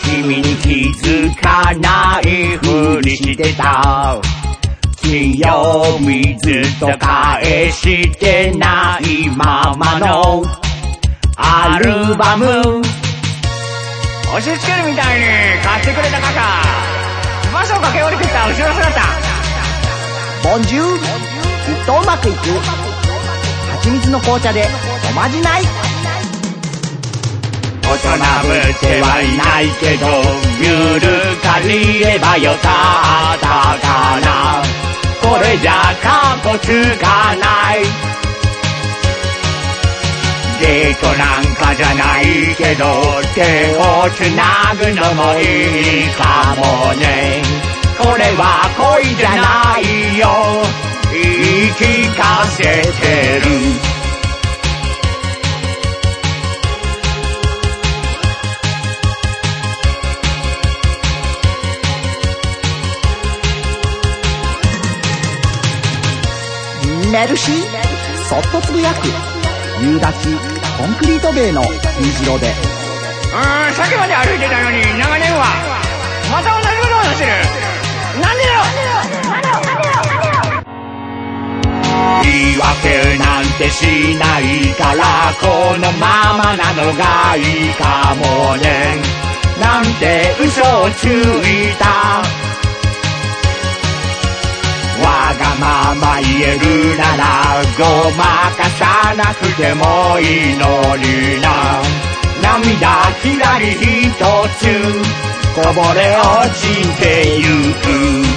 Speaker 3: 君に気づかないふりしてた金曜日ずっと返してないままのアルバム押し付けるみたいに買ってくれたかか場所を駆け下りてきた後ろ姿
Speaker 4: ボンジュールきっとうまくいく蜂蜜の紅茶でおまじない
Speaker 3: 大人ぶってはいないけどゆるかりればよかったかなこれじゃかっこつかないデートなんかじゃないけど手をつなぐのもいいかもねこれは恋じゃないよ言い聞かせてる
Speaker 4: メルシーそっとつぶやく夕立コンクリート塀の虹色で
Speaker 3: うーん、さっきまで歩いてたのに長年はまた同じことをしてるなんでだろう言い訳なんてしないからこのままなのがいいかもねなんて嘘をついたわがまま言えるならごまかさなくてもいいのにな涙ひらりひとつこぼれ落ちてゆく